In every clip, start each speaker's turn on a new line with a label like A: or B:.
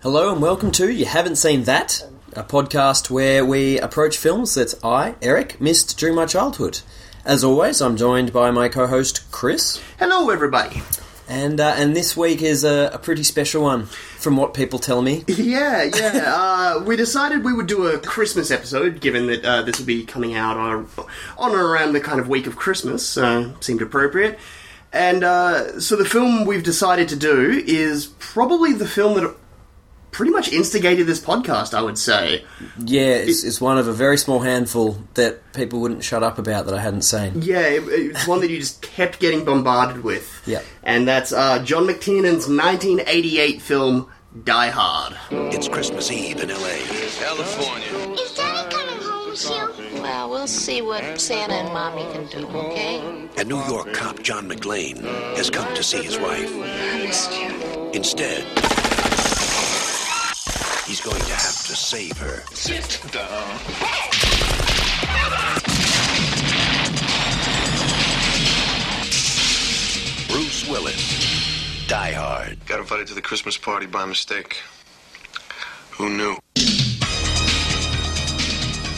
A: Hello and welcome to You Haven't Seen That, a podcast where we approach films that I, Eric, missed during my childhood. As always, I'm joined by my co-host Chris,
B: Hello, everybody.
A: and uh, and this week is a, a pretty special one, from what people tell me.
B: Yeah, yeah. uh, we decided we would do a Christmas episode, given that uh, this will be coming out on, on or around the kind of week of Christmas. Uh, seemed appropriate. And uh, so the film we've decided to do is probably the film that pretty much instigated this podcast, I would say.
A: Yeah, it's, it's one of a very small handful that people wouldn't shut up about that I hadn't seen.
B: Yeah, it, it's one that you just kept getting bombarded with.
A: Yeah.
B: And that's uh, John McTiernan's 1988 film, Die Hard.
C: It's Christmas Eve in LA.
D: California.
E: Is Daddy coming home, Sue?
F: Well, we'll see what Santa and Mommy can do, okay?
C: A New York cop, John McLean, has come to see his wife.
F: I missed you.
C: Instead, he's going to have to save her.
D: Sit down.
C: Bruce Willis, Die Hard.
G: Got invited to the Christmas party by mistake. Who knew?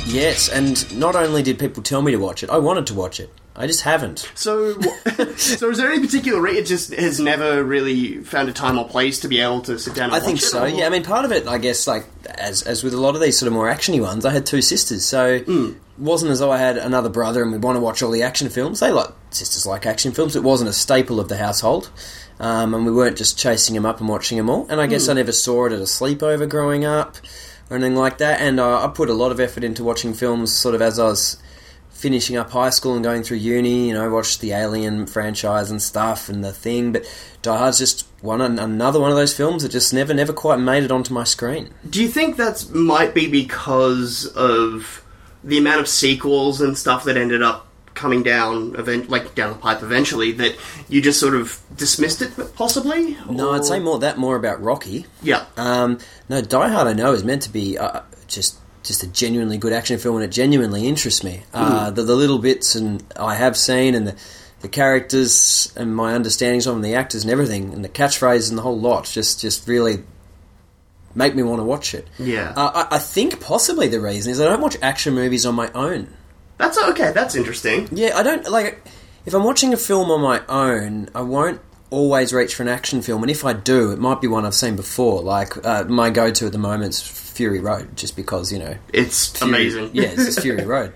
A: Yes, and not only did people tell me to watch it, I wanted to watch it. I just haven't.
B: So, so is there any particular? Re- it just has never really found a time or place to be able to sit down. And
A: I
B: watch
A: think
B: it,
A: so.
B: or-
A: Yeah, I mean, part of it, I guess, like as as with a lot of these sort of more actiony ones, I had two sisters, so it wasn't as though I had another brother and we want to watch all the action films. They like sisters like action films. It wasn't a staple of the household, um, and we weren't just chasing them up and watching them all. And I guess I never saw it at a sleepover growing up or anything like that. And uh, I put a lot of effort into watching films, sort of as I was finishing up high school and going through uni, you know, watched the Alien franchise and stuff and the thing, but Die Hard's just one another one of those films that just never never quite made it onto my screen.
B: Do you think that's might be because of the amount of sequels and stuff that ended up coming down, event like down the pipe eventually? That you just sort of dismissed it, possibly.
A: No,
B: Or-
A: I'd say more that more about Rocky.
B: Yeah.
A: Um, no, Die Hard I know is meant to be uh, just just a genuinely good action film, and it genuinely interests me. Uh, the, the little bits and I have seen, and the, the characters and my understandings of them, the actors and everything, and the catchphrase and the whole lot just just really make me want to watch it.
B: Yeah.
A: uh, I, I think possibly the reason is I don't watch action movies on my own.
B: that's okay. That's interesting.
A: Yeah, I don't like if I'm watching a film on my own, I won't always reach for an action film, and if I do, it might be one I've seen before. Like uh, my go-to at the moment's Fury Road, just because you know,
B: It's amazing.
A: yeah, it's just Fury Road.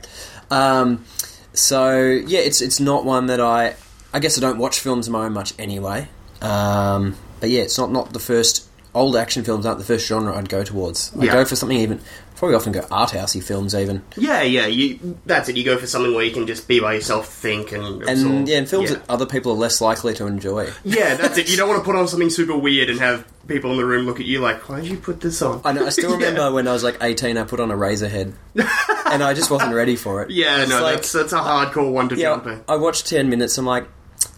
A: Um, so yeah, it's it's not one that I I guess I don't watch films of my own much anyway. Um, but yeah, it's not not the first old action films aren't the first genre I'd go towards. I
B: Yeah.
A: go for something even probably often go art housey films even.
B: Yeah, yeah. You, that's it. You go for something where you can just be by yourself, think, and absorb.
A: And yeah, and films
B: Yeah.
A: that other people are less likely to enjoy.
B: Yeah, that's it. You don't want to put on something super weird and have people in the room look at you like, why did you put this on?
A: I know. I still
B: Yeah.
A: remember when I was like 18, I put on a Razorhead, and I just wasn't ready for it.
B: Yeah,
A: It's
B: no,
A: like,
B: that's that's a hardcore one to jump
A: yeah.
B: in.
A: I watched 10 minutes. I'm like,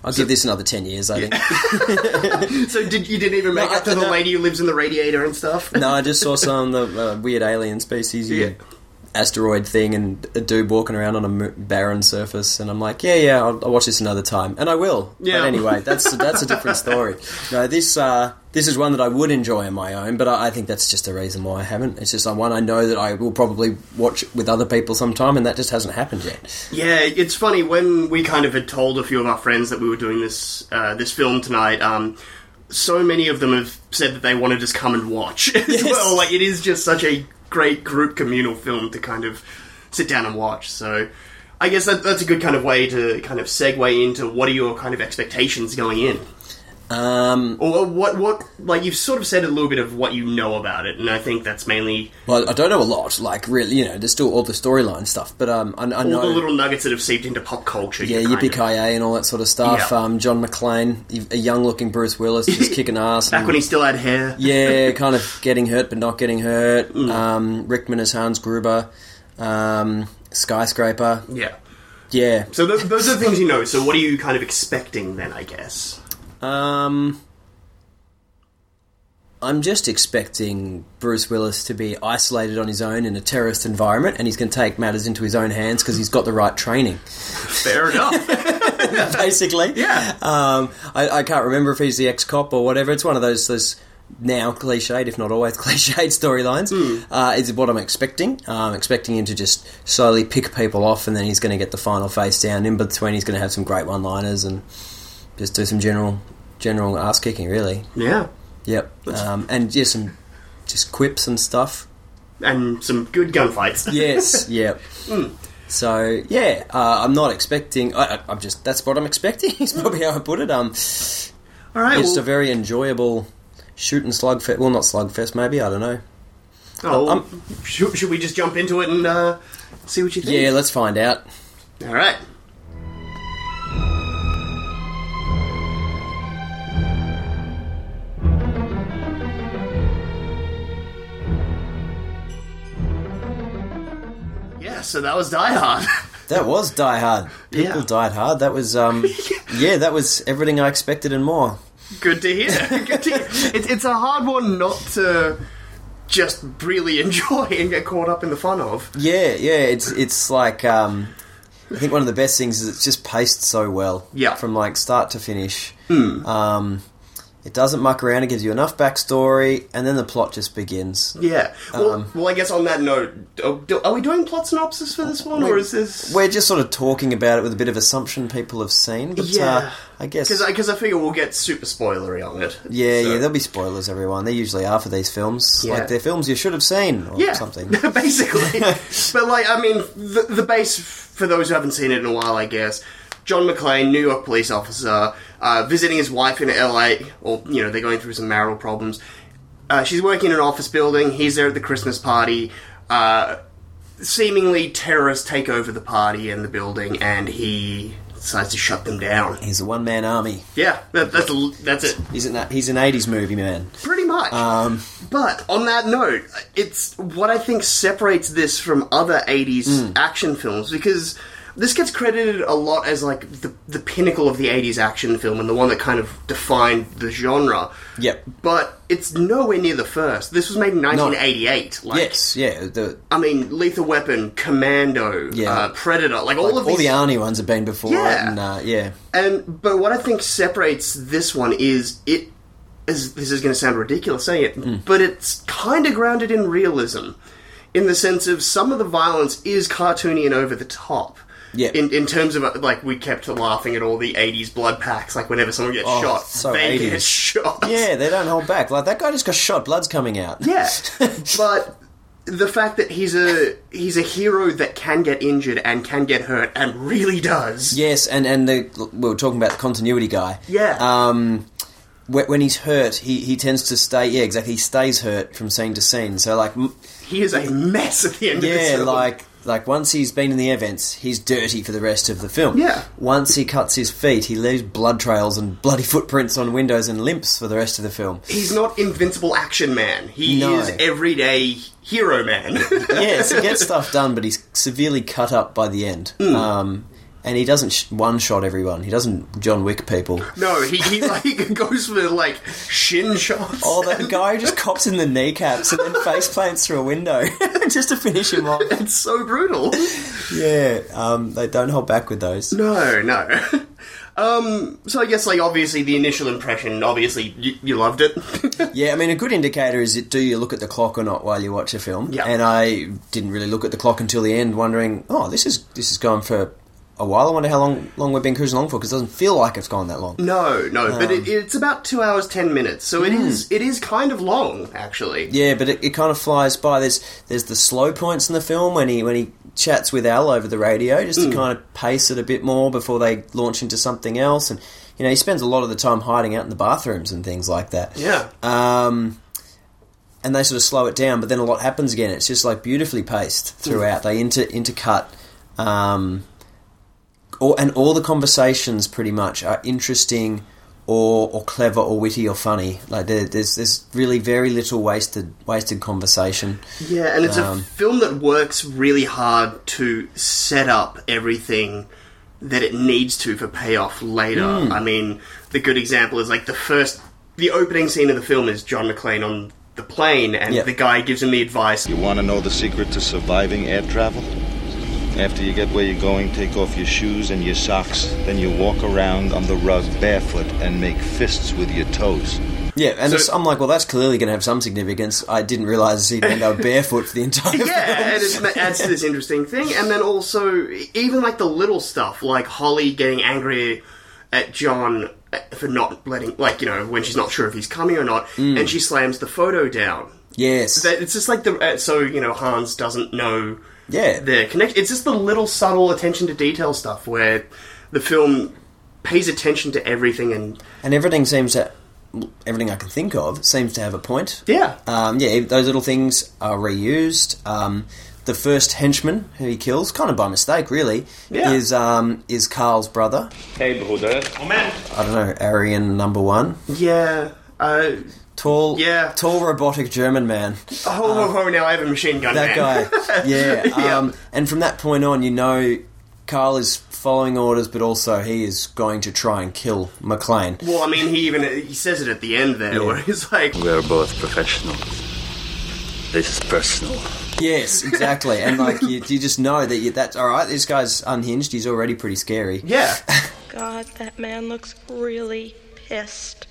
A: I'll give this another 10 years. I think.
B: So did you didn't even make
A: I-
B: up to the
A: no.
B: lady who lives in the radiator and stuff?
A: no, I just saw some of the uh, weird alien species, you
B: Yeah.
A: asteroid thing, and a dude walking around on a mo- barren surface, and I'm like, yeah, yeah, I'll, I'll watch this another time, and I will.
B: Yeah.
A: But anyway, that's that's a different story. No, this. Uh, this is one that I would enjoy on my own, but I, I think that's just the reason why I haven't. It's just uh, one I know that I will probably watch with other people sometime, and that just hasn't happened yet.
B: Yeah, it's funny when we kind of had told a few of our friends that we were doing this uh, this film tonight. Um, so many of them have said that they want to just come and watch as well. Like it is just such a great group communal film to kind of sit down and watch. So I guess that, that's a good kind of way to kind of segue into what are your kind of expectations going in.
A: Um,
B: Or what, what, like, you've sort of said a little bit of what you know about it, and I think that's mainly
A: well, I don't know a lot. Like, really, you know, there's still all the storyline stuff, but um, I, I
B: all
A: know
B: the little nuggets that have seeped into pop culture.
A: Yeah,
B: kind
A: Yippee
B: of-
A: Ki Yay and all that sort of stuff.
B: Yeah.
A: Um, John McClane, y- a young-looking Bruce Willis, just kicking ass.
B: Back
A: and-
B: when he Mm. still had hair.
A: yeah, kind of getting hurt but not getting hurt. Um, Rickman as Hans Gruber, um, skyscraper.
B: Yeah.
A: Yeah,
B: So th- those are the things you know. So what are you kind of expecting then, I guess?
A: Um, I'm just expecting Bruce Willis to be isolated on his own in a terrorist environment, and he's going to take matters into his own hands because he's got the right training.
B: Fair enough.
A: Basically,
B: Yeah.
A: Um, I, I can't remember if he's the ex cop or whatever. It's one of those those now cliched, if not always cliched, storylines. Uh, is what I'm expecting. Uh, I'm expecting him to just slowly pick people off, and then he's going to get the final face down. In between, he's going to have some great one-liners and just do some general general ass kicking, really.
B: Yeah.
A: Yep. Um, and yeah, some just quips and stuff.
B: And some good gunfights.
A: Yes. yep. So yeah, uh, I'm not expecting. I, I- I'm just that's what I'm expecting. Is probably how I put it. Um,
B: All right.
A: it's
B: well-
A: a very enjoyable shoot and slug fest. Well, not slug fest, maybe I don't know.
B: Oh,
A: Um,
B: should, should we just jump into it and uh, see what you think?
A: Yeah, let's find out.
B: All right. Yeah, so that was Die Hard.
A: That was Die Hard. People
B: Yeah.
A: died hard. That was um, yeah, that was everything I expected and more.
B: Good to hear. Good to hear. It, it's a hard one not to just really enjoy and get caught up in the fun of.
A: Yeah, yeah, it's it's like um, I think one of the best things is it's just paced so well.
B: Yeah. Hmm.
A: from like start to finish. Um, it doesn't muck around. It gives you enough backstory, and then the plot just begins.
B: Yeah. Well,
A: Um,
B: well I guess on that note, are, do- are we doing plot synopsis for this one, or is this?
A: We're just sort of talking about it with a bit of assumption people have seen, but uh,
B: Yeah.
A: I guess
B: Because I, 'cause I figure we'll get super spoilery on it.
A: yeah,
B: So-
A: yeah, there'll be spoilers. Everyone, they usually are for these films.
B: Yeah.
A: Like they're films you should have seen or
B: yeah,
A: something.
B: basically. but like, I mean, the, the base for those who haven't seen it in a while, I guess. John McClane, New York police officer, uh, visiting his wife in LA, or you know, they're going through some marital problems. Uh, she's working in an office building. He's there at the Christmas party. Uh, seemingly, terrorists take over the party and the building, and he decides to shut them down.
A: He's a one man army.
B: Yeah, that, that's that's it.
A: He's an he's an eighties movie man.
B: Pretty much.
A: Um,
B: But on that note, it's what I think separates this from other 80s
A: Hmm.
B: action films because this gets credited a lot as like the, the pinnacle of the 80s action film and the one that kind of defined the genre.
A: Yep.
B: But it's nowhere near the first. This was made in 1988. Like,
A: Yes. Yeah. The,
B: I mean, Lethal Weapon, Commando,
A: Yeah.
B: uh, Predator, like, all of
A: all
B: these
A: the Arnie ones have been before.
B: Yeah.
A: it, And, uh, yeah.
B: And but what I think separates this one is it is this is going to sound ridiculous saying it,
A: Mm.
B: but it's kind of grounded in realism, in the sense of some of the violence is cartoony and over the top.
A: Yeah.
B: In in terms of uh, like we kept laughing at all the '80s blood packs, like whenever someone gets
A: Oh,
B: shot,
A: so
B: they
A: 80s.
B: get shot.
A: Yeah, they don't hold back. Like that guy just got shot, blood's coming out.
B: Yeah, but the fact that he's a he's a hero that can get injured and can get hurt and really does.
A: Yes, and and the we were talking about the continuity guy.
B: Yeah.
A: Um, wh- when he's hurt, he he tends to stay. Yeah, exactly. He stays hurt from scene to scene. So like, m-
B: He is a mess at the end of this
A: yeah,
B: film.
A: like like once he's been in the events, he's dirty for the rest of the film.
B: Yeah.
A: Once he cuts his feet, he leaves blood trails and bloody footprints on windows and limps for the rest of the film.
B: he's not invincible action man. He
A: No.
B: is everyday hero man.
A: yes, he gets stuff done, but he's severely cut up by the end. Um, and he doesn't sh- one shot everyone. He doesn't John Wick people.
B: no, he, he like goes for like shin shots.
A: Or Oh, that guy who just cops in the kneecaps and then face plants through a window just to finish him off.
B: It's so brutal.
A: Yeah, um, they don't hold back with those.
B: No, no. Um, so I guess like obviously the initial impression, obviously you, you loved it.
A: Yeah, I mean, a good indicator is it, do you look at the clock or not while you watch a film?
B: Yeah.
A: And I didn't really look at the clock until the end, wondering, oh, this is this is going for a while. I wonder how long long we've been cruising along for because it doesn't feel like it's gone that long.
B: no, no, but it, it's about two hours ten minutes, so
A: Hmm.
B: it is it is kind of long actually.
A: Yeah, but it, it kind of flies by. There's there's the slow points in the film when he when he chats with Al over the radio, just
B: Mm.
A: to kind of pace it a bit more before they launch into something else. And you know, he spends a lot of the time hiding out in the bathrooms and things like that.
B: Yeah.
A: Um, and they sort of slow it down, but then a lot happens again. It's just like beautifully paced throughout. They inter intercut. Um, all, and all the conversations pretty much are interesting or, or clever or witty or funny. Like there, there's there's really very little wasted wasted conversation.
B: Yeah, and it's a film that works really hard to set up everything that it needs to for payoff later. I mean, the good example is like the first, the opening scene of the film is John McClane on the plane, and
A: Yep.
B: the guy gives him the advice.
H: You want to know the secret to surviving air travel? After you get where you're going, take off your shoes and your socks. Then you walk around on the rug barefoot and make fists with your toes.
A: Yeah, and
B: So-
A: it's, I'm like, well, that's clearly going to have some significance. I didn't realize he'd end up barefoot for the entire film.
B: Yeah, and it ma- adds to this interesting thing. And then also, even like the little stuff, like Holly getting angry at John uh, for not letting, like, you know, when she's not sure if he's coming or not, and she slams the photo down.
A: Yes.
B: That- It's just like the. Uh, so, you know, Hans doesn't know
A: yeah.
B: the connection. It's just the little subtle attention to detail stuff where the film pays attention to everything and.
A: and everything seems to, everything I can think of seems to have a point.
B: Yeah.
A: Um, yeah, those little things are reused. Um, the first henchman who he kills, kind of by mistake, really,
B: Yeah.
A: is um, is Carl's brother.
I: Hey, Bruder.
A: I don't know, Aryan number one,
B: yeah. Uh,
A: tall,
B: Yeah.
A: tall robotic German man.
B: oh, ho, ho, now I have a machine gun.
A: Uh, That
B: man.
A: guy, yeah.
B: Yeah.
A: Um, and from that point on, you know, Carl is following orders, but also he is going to try and kill McLean.
B: Well, I mean, he even he says it at the end there, where he's like,
J: We are both professionals. This is personal.
A: Yes, exactly. and like you, you just know that you, that's all right. This guy's unhinged. He's already pretty scary.
B: "Yeah,
K: God, that man looks really pissed.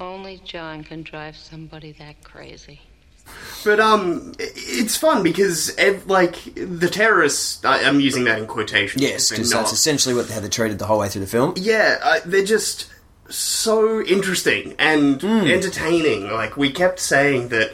F: Only John can drive somebody that crazy.
B: But um, i- it's fun because ev- like the terrorists. I, I'm using that in quotation.
A: Yes, because that's essentially what how they treated the whole way through the film.
B: yeah, I, they're just so interesting and entertaining. Like we kept saying that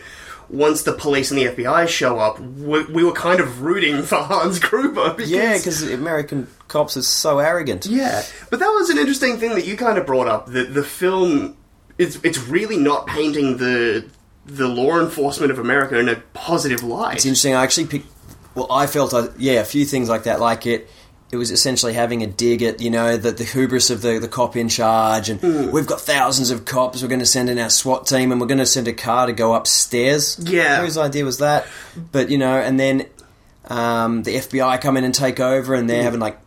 B: once the police and the FBI show up, we, we were kind of rooting for Hans Gruber. Because,
A: Yeah, because American cops are so arrogant.
B: yeah. But that was an interesting thing that you kind of brought up. That the film, it's it's really not painting the the law enforcement of America in a positive light.
A: It's interesting. I actually picked. Well, I felt I, yeah, a few things like that. Like it, it was essentially having a dig at you know the, the hubris of the the cop in charge, and
B: Mm.
A: we've got thousands of cops. We're going to send in our SWAT team, and we're going to send a car to go upstairs.
B: Yeah.
A: whose idea was that? But you know, and then um, the FBI come in and take over, and they're having like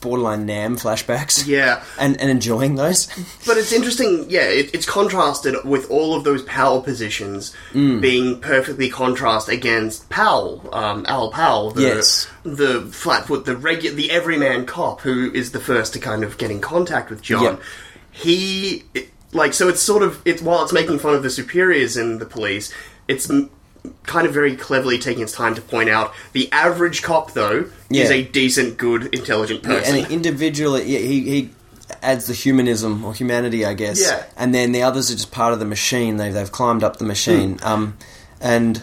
A: borderline Nam flashbacks.
B: Mm. yeah.
A: and and enjoying those.
B: But it's interesting, yeah, it, it's contrasted with all of those Powell positions
A: Mm.
B: being perfectly contrast against Powell, um, Al Powell, the,
A: Yes.
B: the flatfoot, the regu- the everyman cop who is the first to kind of get in contact with John.
A: Yep.
B: He, it- like, so it's sort of, it's, while it's making fun of the superiors in the police, it's m- kind of very cleverly taking its time to point out the average cop, though,
A: Yeah.
B: is a decent, good, intelligent person.
A: and an individual, he, he he adds the humanism or humanity, I guess.
B: Yeah.
A: And then the others are just part of the machine. They they've climbed up the machine.
B: Hmm.
A: Um, and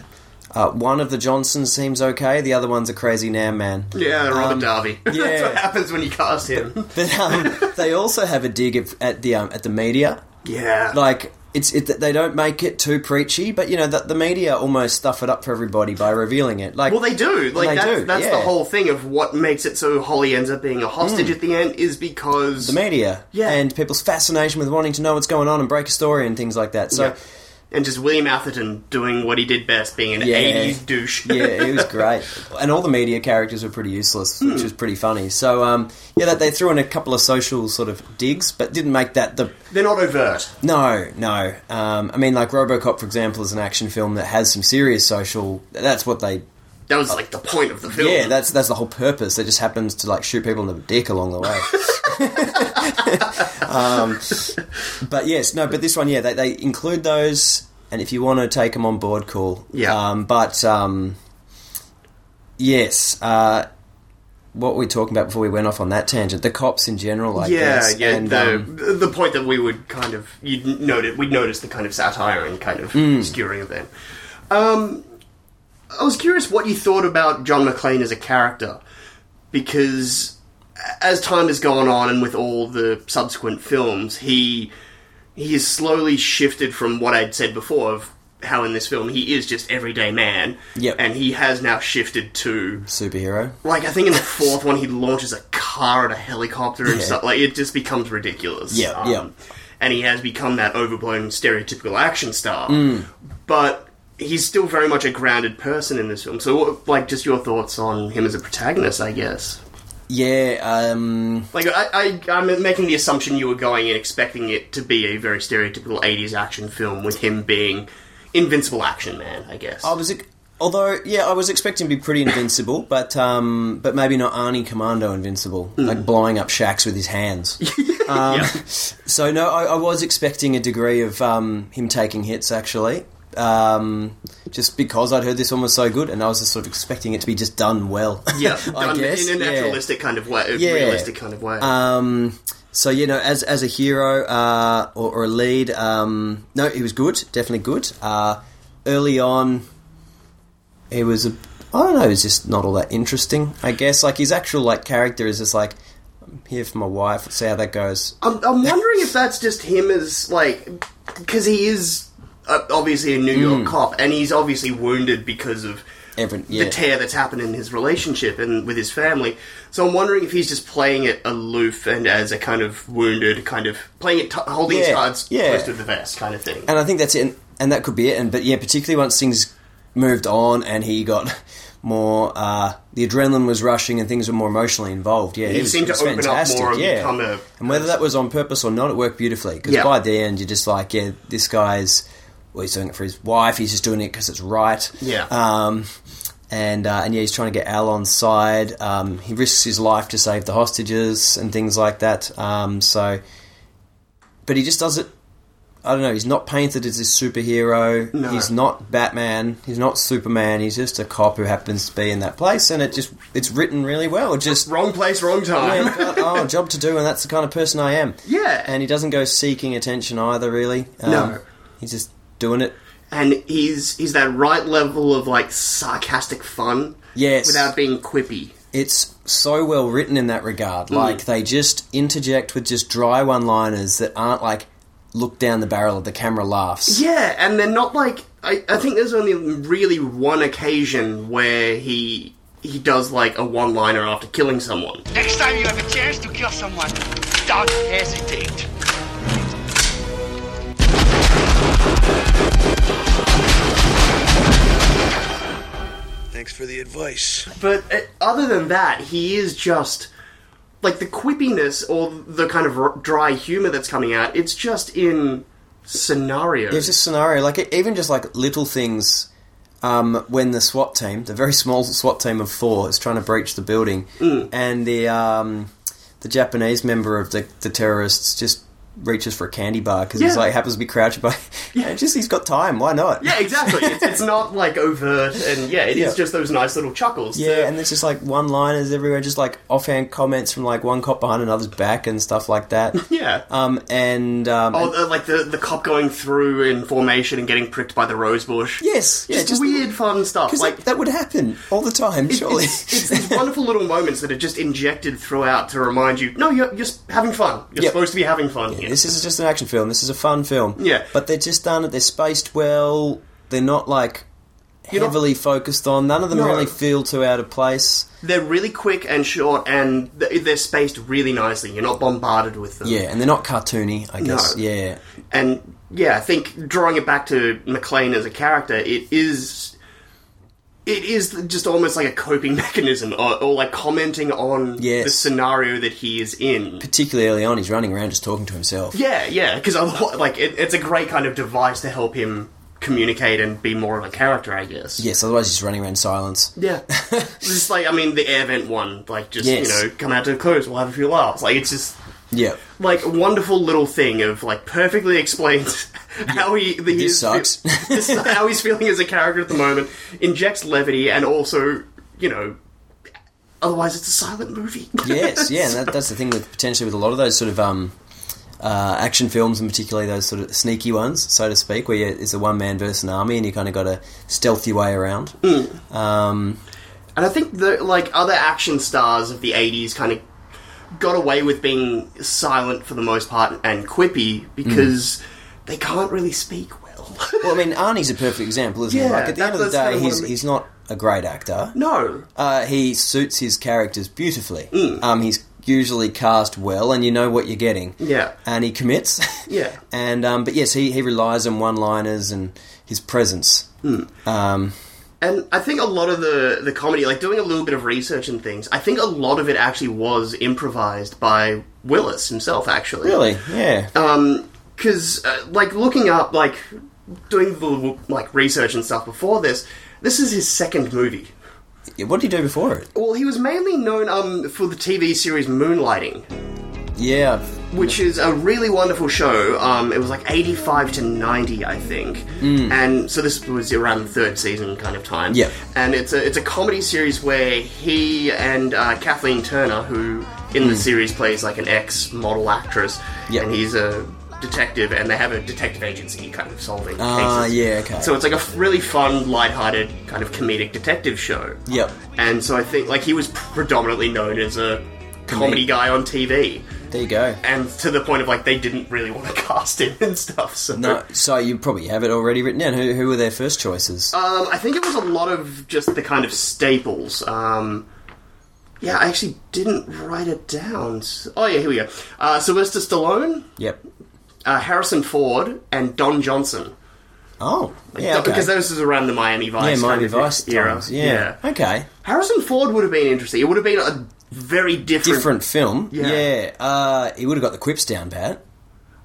A: uh, one of the Johnsons seems okay. The other one's a crazy nam man.
B: yeah, Robert
A: Um,
B: Darby. That's
A: yeah.
B: what happens when you cast him.
A: But um, they also have a dig at, at the um, at the media.
B: Yeah.
A: Like. It's it, they don't make it too preachy, but you know that the media almost stuff it up for everybody by revealing it. Like,
B: Well, they do. Like
A: They
B: that's,
A: do,
B: that's the
A: yeah. Hmm.
B: whole thing of what makes it so Holly ends up being a hostage at the end is because
A: the media,
B: Yeah.
A: and people's fascination with wanting to know what's going on and break a story and things like that. So,
B: Yeah. and just William Atherton doing what he did best, being an
A: Yeah.
B: eighties douche.
A: yeah, it was great, and all the media characters were pretty useless, which was pretty funny. So, um, yeah, that they threw in a couple of social sort of digs, but didn't make that the
B: They're not overt.
A: no, no. Um, I mean, like RoboCop, for example, is an action film that has some serious social. That's what they.
B: That was like the point of the film.
A: Yeah, that's that's the whole purpose. It just happens to like shoot people in the dick along the way. um, but yes, no, but this one, yeah, they, they include those, and if you want to take them on board, cool.
B: Yeah.
A: Um, but um, yes, uh, what were we talking about before we went off on that tangent? The cops in general, I
B: yeah,
A: guess.
B: yeah.
A: and,
B: the,
A: um,
B: the point that we would kind of you'd notice we'd notice the kind of satire and kind of
A: Hmm.
B: skewering of them. Um, I was curious what you thought about John McClane as a character because as time has gone on and with all the subsequent films, he he has slowly shifted from what I'd said before of how in this film he is just everyday man,
A: Yep.
B: and he has now shifted to
A: superhero.
B: like I think in the fourth one, he launches a car at a helicopter and
A: Yeah.
B: stuff. Like it just becomes ridiculous. Um,
A: Yeah, yeah.
B: And he has become that overblown stereotypical action star,
A: Mm.
B: but he's still very much a grounded person in this film. So, what, like, just your thoughts on him as a protagonist, I guess.
A: Yeah, um,
B: Like, I, I, I'm making the assumption you were going in expecting it to be a
A: Um,
B: very stereotypical '80s action film with him being invincible action man. I guess.
A: I was. Although, yeah, I was expecting to be pretty invincible, but um, but maybe not Arnie Commando invincible,
B: Hmm.
A: like blowing up shacks with his hands. um, So no, I, I was expecting a degree of um, him taking hits actually, um, just because I'd heard this one was so good, and I was just sort of expecting it to be just done well.
B: Yeah,
A: I
B: done
A: guess,
B: in a
A: yeah.
B: naturalistic kind of way, a
A: Yeah.
B: realistic kind of way.
A: Um, so you know, as as a hero uh, or, or a lead, um, no, he was good, definitely good. Uh, early on, he was a, I don't know, he was just not all that interesting. I guess like his actual like character is just like I'm here for my wife. Let's see how that goes.
B: I'm, I'm wondering if that's just him as like because he is uh, obviously a New
A: Hmm.
B: York cop, and he's obviously wounded because of
A: Every, yeah.
B: the tear that's happened in his relationship and with his family. So I'm wondering if he's just playing it aloof and as a kind of wounded, kind of playing it, t- holding his
A: Yeah,
B: cards
A: yeah.
B: close to the vest, kind of thing.
A: and I think that's it, and, and that could be it. And but yeah, particularly once things moved on and he got more, uh, the adrenaline was rushing and things were more emotionally involved. Yeah,
B: He
A: it was,
B: seemed
A: it was
B: to open up more
A: fantastic.
B: and
A: yeah,
B: become a-
A: and whether that was on purpose or not, it worked beautifully because
B: Yeah.
A: by the end you're just like, yeah, this guy's well, he's doing it for his wife. He's just doing it because it's right.
B: Yeah.
A: Um, and uh, and yeah, he's trying to get Al on side. Um, he risks his life to save the hostages and things like that. Um, so, but he just does it. I don't know. He's not painted as this superhero.
B: No.
A: He's not Batman. He's not Superman. He's just a cop who happens to be in that place, and it just it's written really well. Just
B: wrong place, wrong time.
A: yeah, God, oh, job to do, and that's the kind of person I am.
B: Yeah.
A: and he doesn't go seeking attention either. Really, um,
B: No.
A: he's just doing it.
B: and he's he's that right level of like sarcastic fun,
A: Yes.
B: without being Mm. quippy.
A: it's so well written in that regard. Like they just interject with just dry one-liners that aren't like look down the barrel of the camera laughs.
B: Yeah, and they're not like I, I think there's only really one occasion where he he does like a one liner after killing someone.
D: Next time you have a chance to kill someone, don't hesitate.
C: Thanks for the advice.
B: But uh, other than that, he is just like the quippiness or the kind of r- dry humor that's coming out. It's just in scenarios.
A: There's this scenario, like e- even just like little things. Um, when the SWAT team, the very small SWAT team of four, is trying to breach the building,
B: Mm.
A: and the um, the Japanese member of the, the terrorists just reaches for a candy bar because he's
B: Yeah.
A: like happens to be crouched by, and just he's got time. Why not?
B: yeah, exactly. It's, it's not like overt, and yeah, it is
A: Yeah.
B: just those nice little chuckles.
A: Yeah, and there's just like one liners everywhere, just like offhand comments from like one cop behind another's back and stuff like that.
B: yeah.
A: Um, and um,
B: Oh,
A: and-
B: the, like the, the cop going through in formation and getting pricked by the rose bush.
A: yes, yeah,
B: just, weird, fun stuff.
A: Because
B: Like
A: that, that would happen all the time, surely.
B: It's, it's these wonderful little moments that are just injected throughout to remind you, no, you're just having fun. You're
A: Yep.
B: supposed to be having fun here.
A: This is just an action film. This is a fun film.
B: Yeah.
A: but they're just done. They're spaced well. They're not like
B: not-
A: heavily focused on. None of them
B: No.
A: really feel too out of place.
B: They're really quick and short, and th- they're spaced really nicely. You're not bombarded with them.
A: Yeah, and they're not cartoony. I guess.
B: No.
A: Yeah.
B: And yeah, I think drawing it back to McLean as a character, it is. It is just almost like a coping mechanism, or, or like commenting on
A: Yes.
B: the scenario that he is in.
A: Particularly early on, he's running around just talking to himself.
B: Yeah, yeah, because like it, it's a great kind of device to help him communicate and be more of a character, I guess.
A: Yes, otherwise he's running around in silence.
B: Yeah. just like, I mean, the air vent one, like, just,
A: Yes.
B: you know, come out to the close, we'll have a few laughs. Like, it's just,
A: Yeah.
B: like, a wonderful little thing of, like, perfectly explains how he. The,
A: This
B: his-
A: sucks.
B: this is how he's feeling as a character at the moment, injects levity, and also, you know, otherwise it's a silent movie.
A: yes, yeah, and that, that's the thing with potentially with a lot of those sort of um, uh, action films, and particularly those sort of sneaky ones, so to speak, where you, it's a one man versus an army, and you kind of got to stealth your way around. Um,
B: And I think the like other action stars of the '80s kind of got away with being silent for the most part and quippy
A: Mm.
B: because they can't really speak well.
A: well, I mean, Arnie's a perfect example, isn't he?
B: Yeah,
A: Like at the
B: that-
A: end of the
B: that's kind
A: day,
B: of what I
A: he's
B: mean.
A: he's not a great actor.
B: no,
A: Uh, he suits his characters beautifully.
B: Mm.
A: Um, he's usually cast well, and you know what you're getting.
B: Yeah.
A: and he commits.
B: Yeah.
A: and um, but yes, he he relies on one liners and his presence. Um,
B: and I think a lot of the the comedy, like doing a little bit of research and things, I think a lot of it actually was improvised by Willis himself. Actually, uh,
A: really, yeah.
B: because uh, like looking up like doing the like research and stuff before this This is his second movie.
A: Yeah, what did he do before it?
B: Well, he was mainly known um, for the TV series Moonlighting,
A: Yeah,
B: which is a really wonderful show. Um, it was like 85 to 90, I think. And so this was around the third season kind of time.
A: Hmm. Yeah.
B: And it's a, it's a comedy series where he and uh, Kathleen Turner, who in the series plays like an ex model actress,
A: Hmm. Yeah.
B: and he's a detective, and they have a detective agency kind of solving
A: Ah,
B: cases.
A: yeah, okay.
B: So it's like a f- really fun, light-hearted kind of comedic detective show.
A: Yep.
B: And so I think like he was predominantly known as a comedy guy on TV
A: there you go.
B: and to the point of like they didn't really want to cast him and stuff. So
A: No, so you probably have it already written down. Who, who were their first choices?
B: um, I think it was a lot of just the kind of staples. Um, yeah, I actually didn't write it down. S- Oh yeah, here we go. Uh, Sylvester Stallone,
A: yep.
B: uh, Harrison Ford, and Don Johnson.
A: Oh, yeah, okay.
B: Because those was around the Miami
A: yeah, Miami
B: Vice. kind of
A: Vice
B: era.
A: times. Yeah. okay.
B: Harrison Ford would have been interesting. It would have been a very different.
A: Different film.
B: Yeah.
A: Yeah, Uh, he would have got the quips down pat.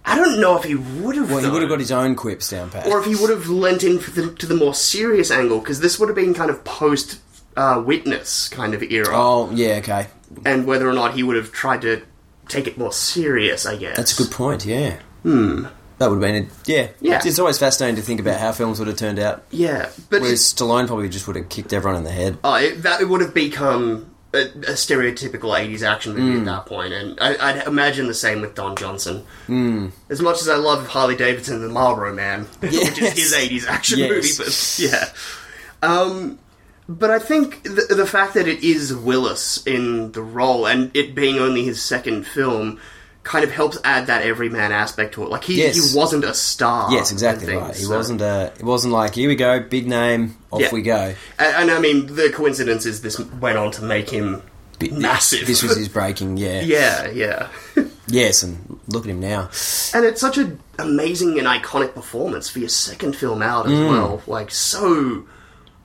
B: I don't know if he would have.
A: Well, he
B: though.
A: would have got his own quips down pat.
B: or if he would have lent in for the, to the more serious angle, because this would have been kind of post uh, witness kind of era,
A: Oh, yeah, okay.
B: and whether or not he would have tried to take it more serious, I guess
A: That's a good point. Yeah. Hmm. That would have been. A, yeah.
B: Yeah.
A: It's, it's always fascinating to think about how films would have turned out.
B: Yeah, but
A: Whereas Stallone probably just would have kicked everyone in the head.
B: uh, it, that would have become a, a stereotypical '80s action movie
A: Hmm.
B: at that point, and I, I'd imagine the same with Don Johnson.
A: Hmm.
B: As much as I love Harley Davidson and the Marlboro Man, which is his '80s action
A: Yes.
B: movie, but yeah. Um, but I think the, the fact that it is Willis in the role and it being only his second film kind of helps add that everyman aspect to it. Like he,
A: Yes.
B: he wasn't a star.
A: yes, exactly
B: and things,
A: right. He
B: so-
A: wasn't. Uh, it wasn't like here we go, big name, off
B: Yeah.
A: we go.
B: And, and I mean, the coincidence is this went on to make him
A: Bi-
B: massive.
A: This was his breaking. Yeah.
B: yeah, yeah.
A: Yes, and look at him now.
B: And it's such an amazing and iconic performance for your second film out as
A: Mm.
B: well. Like, so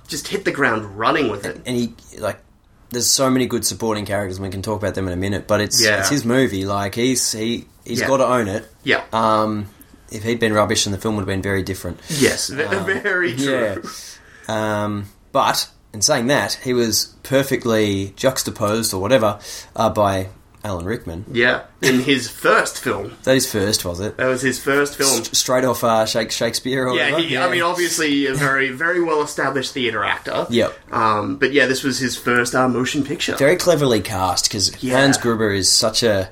B: just hit the ground running with it.
A: and he like there's so many good supporting characters and we can talk about them in a minute but it's
B: Yeah.
A: it's his movie like he's he he's
B: Yeah.
A: got to own it
B: Yeah.
A: um if he'd been rubbish then the film would have been very different
B: yes, ve-
A: uh,
B: very true.
A: um but in saying that he was perfectly juxtaposed or whatever uh, by Alan Rickman
B: Yeah. in his first film.
A: that is first was it
B: That was his first film.
A: S- straight off uh, Shake- Shakespeare or
B: Yeah,
A: whatever.
B: he, I mean, obviously a very, very well established theatre actor.
A: Yep.
B: Um, but yeah, this was his first uh, motion picture.
A: very cleverly cast because
B: Yeah.
A: Hans Gruber is such a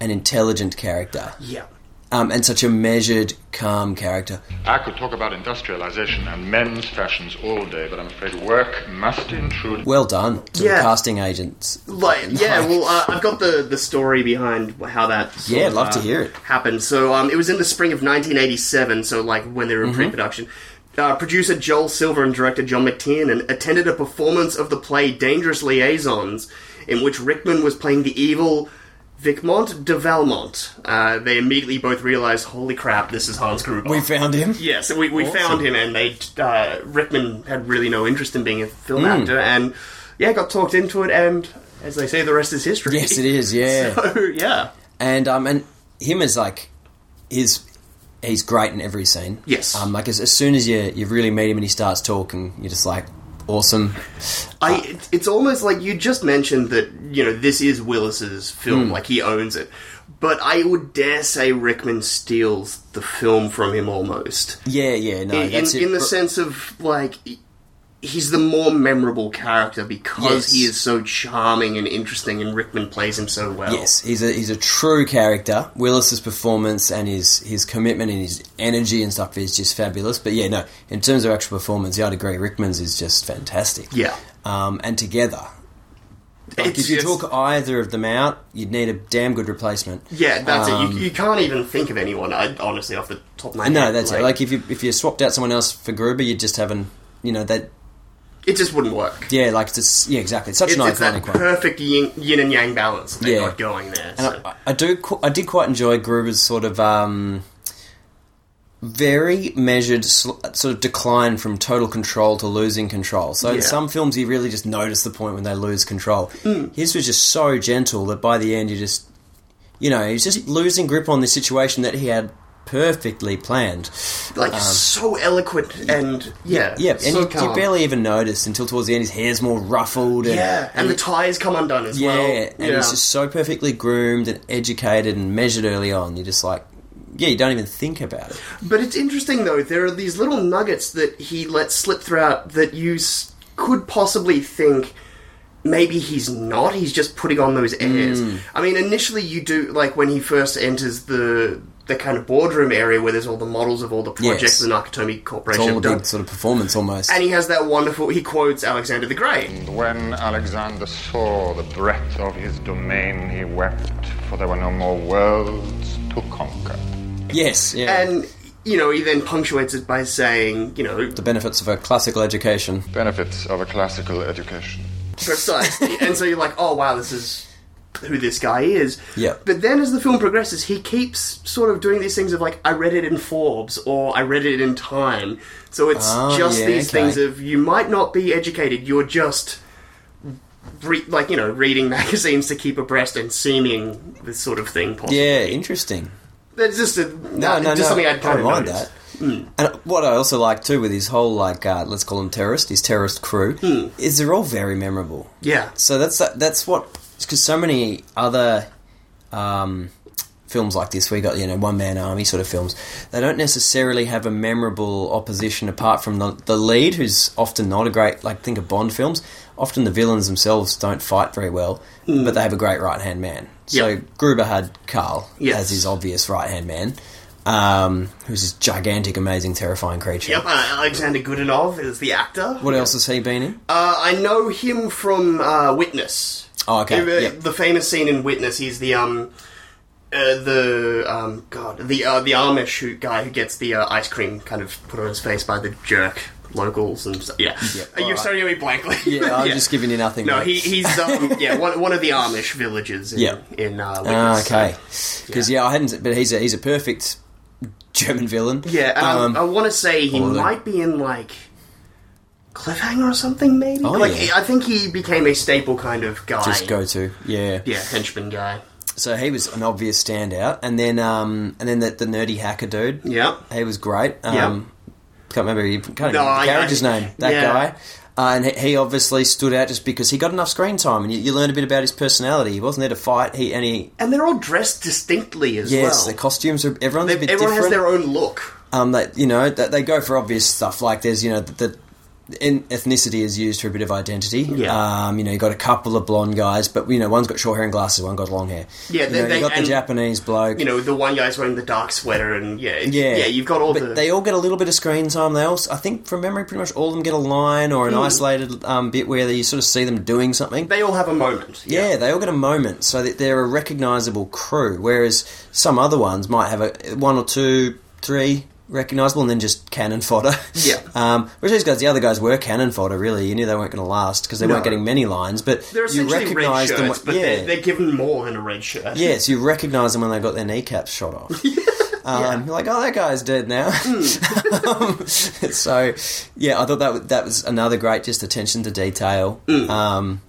A: an intelligent character
B: yeah.
A: um, and such a measured calm character
I: I could talk about industrialization and men's fashions all day, but I'm afraid work must intrude.
A: Well done to
B: Yeah.
A: the casting agents.
B: Like, yeah,
A: Like-
B: well, uh, I've got the, the story behind how that. sort
A: Yeah, I'd
B: of,
A: love to
B: uh,
A: hear it.
B: Happened. So um, it was in the spring of 1987. So like when they were in
A: Mm-hmm.
B: pre-production, uh, producer Joel Silver and director John McTiernan attended a performance of the play Dangerous Liaisons, in which Rickman was playing the evil. Vicmont de Valmont. Uh, they immediately both realized, holy crap, this is Hans Gruber.
A: We found him.
B: Yes, we, we found him, and they uh, Rickman had really no interest in being a film
A: Mm.
B: actor, and yeah, got talked into it, and as they say, the rest is history.
A: Yes, it is. Yeah,
B: So, yeah,
A: and um, and him is like, is he's great in every scene.
B: Yes.
A: Um, like as, as soon as you you really meet him and he starts talking, you're just like, awesome.
B: I
A: Ah.
B: it- it's almost like you just mentioned that you know this is Willis's film,
A: Hmm.
B: like he owns it. But I would dare say Rickman steals the film from him almost.
A: Yeah, yeah. No,
B: in,
A: that's
B: in,
A: it.
B: in the
A: Br-
B: sense of like he- he's the more memorable character because
A: Yes.
B: he is so charming and interesting and Rickman plays him so well.
A: Yes, he's a he's a true character. Willis's performance and his his commitment and his energy and stuff is just fabulous. But yeah, no, in terms of actual performance, yeah, I'd agree. Rickman's is just fantastic.
B: Yeah.
A: um, and together. Like,
B: It's
A: if you
B: just-
A: took either of them out, you'd need a damn good replacement.
B: Yeah, that's it.
A: Um,
B: You, you can't even think of anyone, I, honestly, off the top of my
A: I
B: head.
A: know that's it. Like if you if you swapped out someone else for Gruber, you'd just have an you know that
B: it just wouldn't work.
A: yeah like it's just, yeah exactly. It's such
B: It's,
A: an
B: it's that
A: iconic one.
B: perfect yin, yin and yang balance that they've
A: Yeah.
B: got going there.
A: And
B: So.
A: I, I do qu- I did quite enjoy Gruber's sort of um, very measured sl- sort of decline from total control to losing control. So
B: Yeah.
A: in some films, you really just notice the point when they lose control.
B: Hmm.
A: His was just so gentle that by the end, you just you know he's just losing grip on the situation that he had perfectly planned.
B: Like
A: Um,
B: so eloquent and yeah,
A: yeah, and
B: so
A: you,
B: calm.
A: you barely even notice until towards the end his hair's more ruffled. And,
B: yeah, and, the ties come undone as
A: yeah,
B: well.
A: and he's just so perfectly groomed and educated and measured early on. You're just like, yeah, you don't even think about it.
B: But it's interesting though. There are these little nuggets that he lets slip throughout that you s- could possibly think maybe he's not. He's just putting on those airs.
A: Mm.
B: I mean, initially you do like when he first enters the the kind of boardroom area where there's all the models of all the projects
A: Yes.
B: the Nakatomi
A: It's
B: Corporation
A: all a
B: have done.
A: big sort of performance almost.
B: And he has that wonderful. He quotes Alexander the Great.
I: And when Alexander saw the breadth of his domain, he wept, for there were no more worlds to conquer.
A: yes, yeah.
B: And you know, he then punctuates it by saying, you know,
A: the benefits of a classical education.
I: Benefits of a classical education.
B: precisely. and so you're like, oh wow, this is who this guy is.
A: Yeah.
B: But then as the film progresses, he keeps sort of doing these things of like, I read it in Forbes or I read it in Time. So it's
A: Oh,
B: just
A: yeah,
B: these
A: okay.
B: things of you might not be educated, you're just. Re- like you know, reading magazines to keep abreast and seeming this sort of thing. Possible.
A: Yeah, interesting.
B: that's just a,
A: No, no,
B: Uh, just
A: no.
B: something I'd
A: I don't
B: kind of
A: mind
B: noticed. Hmm.
A: that. And what I also like too with his whole like uh, let's call him terrorist, his terrorist crew,
B: Hmm.
A: is they're all very memorable.
B: Yeah,
A: So that's that's what because so many other um, films like this, we got you know one man army sort of films. They don't necessarily have a memorable opposition apart from the the lead, who's often not a great like think of Bond films. Often the villains themselves don't fight very well, but they have a great right hand man. So
B: Hmm. Yep.
A: Gruber had Carl
B: Yes.
A: as his obvious right hand man, um, who's this gigantic, amazing, terrifying creature.
B: yep. Uh, Alexander Godunov is the actor.
A: What else has he been in?
B: Uh, I know him from uh, Witness.
A: Oh, okay,
B: Uh,
A: yep.
B: The famous scene in Witness, he's the um, uh, the um, God, the uh, the Amish who, guy who gets the uh, ice cream kind of put on his face by the jerk locals and stuff. Yeah, uh, you're
A: alright.
B: staring at me blankly.
A: yeah, I'm just giving you nothing.
B: No,
A: mate.
B: he, he's um, yeah one, one of the Amish villages in,
A: Yeah.
B: in uh,
A: Ah,
B: Witness.
A: okay. Because yeah. I hadn't. But he's a he's a perfect German villain.
B: Yeah,
A: Um,
B: and I, I want to say he
A: although-
B: might be in like Cliffhanger or something, maybe.
A: Oh,
B: like
A: yeah.
B: I think he became a staple kind of guy.
A: just go to. Yeah.
B: yeah, henchman guy.
A: So he was an obvious standout, and then um and then the, the nerdy hacker dude.
B: Yeah.
A: He was great. Um, Can't remember. You can't
B: No,
A: remember
B: I-
A: the character's
B: I-
A: name. That
B: yeah.
A: guy. Uh, and he- he obviously stood out just because he got enough screen time, and you, you learned a bit about his personality. He wasn't there to fight. He and he
B: And they're all dressed distinctly as
A: yes,
B: well.
A: the costumes are everyone's a bit
B: Everyone
A: different.
B: has their own look.
A: um, that you know that they go for obvious stuff like there's you know the, the in, ethnicity is used for a bit of identity.
B: Yeah.
A: Um, you know, you got a couple of blonde guys, but you know, one's got short hair and glasses, one got long hair.
B: Yeah,
A: you
B: they-
A: know,
B: they-
A: you got the
B: and-
A: Japanese bloke.
B: You know, the one guy's wearing the dark sweater, and yeah, it's-
A: yeah,
B: yeah, you've got all
A: but
B: the.
A: They all get a little bit of screen time. They also, I think, from memory, pretty much all of them get a line or an
B: Hmm.
A: isolated um, bit where you sort of see them doing something.
B: they all have a moment.
A: Yeah, they all get a moment, so that they're a recognisable crew. Whereas some other ones might have a one or two, three recognisable, and then just cannon fodder.
B: Yeah.
A: Um, whereas these guys, the other guys were cannon fodder. Really, you knew they weren't going to last because they
B: No.
A: weren't getting many lines. But
B: They're
A: you
B: essentially red
A: recognise
B: shirts,
A: them.
B: but
A: yeah.
B: they're, they're given more than a red shirt.
A: yeah, so you recognise them when they got their kneecaps shot off. Um, You're like, oh, that guy's dead now.
B: Hmm.
A: Um, so, yeah, I thought that was, that was another great just attention to detail.
B: Hmm.
A: Um,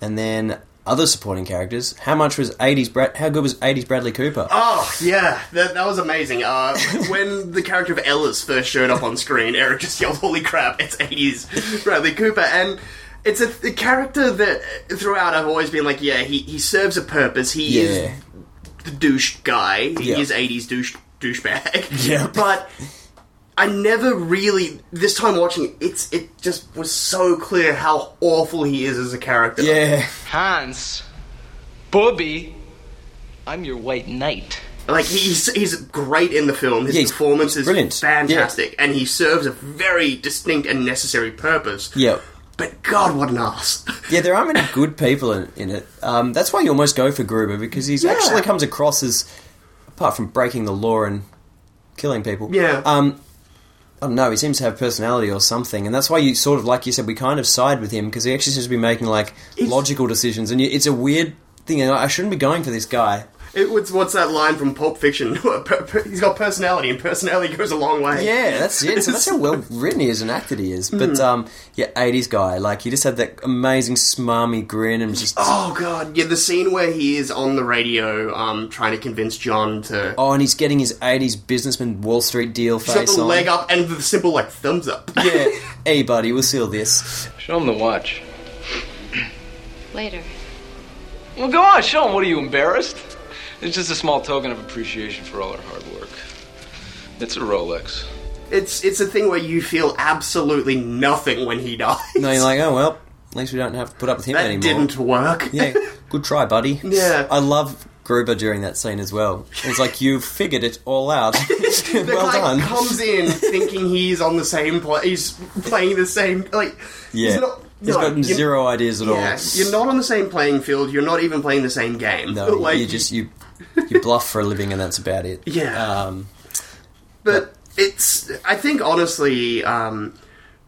A: and then other supporting characters. How much was eighties? Brad- how good was eighties Bradley Cooper?
B: Oh, yeah, that, that was amazing. Uh, when the character of Ellis first showed up on screen, Eric just yelled, Holy crap, it's 80s Bradley Cooper. And it's a, a character that uh, throughout I've always been like, yeah, he, he serves a purpose. He is
A: yeah,
B: the douche guy. He
A: Yeah.
B: is 80s douche douchebag.
A: Yeah.
B: But I never really this time watching it, it's it just was so clear how awful he is as a character.
A: yeah.
L: Hans, Bobby, I'm your white knight.
B: Like he's he's great in the film. His
A: Yeah, he's
B: performance is
A: brilliant.
B: fantastic and he serves a very distinct and necessary purpose.
A: Yeah.
B: But god what an ass.
A: Yeah, there are many good people in, in it. Um, that's why you almost go for Gruber because he's actually comes across as, apart from breaking the law and killing people.
B: Yeah.
A: Um, I don't know. He seems to have personality or something, and that's why you sort of, like you said, we kind of side with him because he actually seems to be making like logical decisions, and you, it's a weird thing. And I shouldn't be going for this guy.
B: It was what's that line from Pulp Fiction? He's got personality, and personality goes a long way.
A: Yeah, that's it. So that's how well written he is and acted he is. But
B: Mm.
A: um, yeah, eighties guy. Like he just had that amazing smarmy grin and just
B: Oh god, yeah, the scene where he is on the radio, um, trying to convince John to.
A: Oh, and he's getting his eighties businessman Wall Street deal
B: He's got
A: face
B: the
A: on.
B: leg up and the simple like thumbs up.
A: Yeah, hey buddy, we'll seal this.
L: Show him the watch.
F: Later.
L: Well, go on, show him. What are you embarrassed? It's just a small token of appreciation for all our hard work. It's a Rolex.
B: It's it's a thing where you feel absolutely nothing when he dies.
A: No, you're like, oh well, at least we don't have to put up with him
B: That
A: anymore.
B: didn't work.
A: yeah, good try, buddy.
B: Yeah.
A: I love Gruber during that scene as well. It's like you figured it all out.
B: The
A: well
B: guy
A: done.
B: comes in thinking he's on the same play. He's playing the same like.
A: yeah,
B: He's not.
A: he's
B: no,
A: got
B: you're-
A: zero ideas at all.
B: Yeah, you're not on the same playing field. You're not even playing the same game.
A: No,
B: like,
A: you just you you bluff for a living, and that's about it.
B: Yeah.
A: Um,
B: but it's i think honestly um,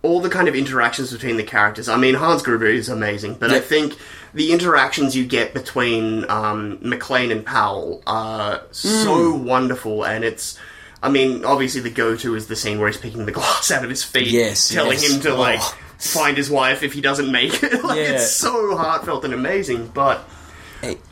B: all the kind of interactions between the characters i mean hans gruber is amazing but i
A: Yeah.
B: think the interactions you get between um, mclean and powell are so
A: Mm.
B: wonderful and it's i mean obviously the go-to is the scene where he's picking the glass out of his feet
A: Yes,
B: telling
A: yes.
B: him to like
A: Oh.
B: find his wife if he doesn't make it like,
A: Yeah.
B: it's so heartfelt and amazing but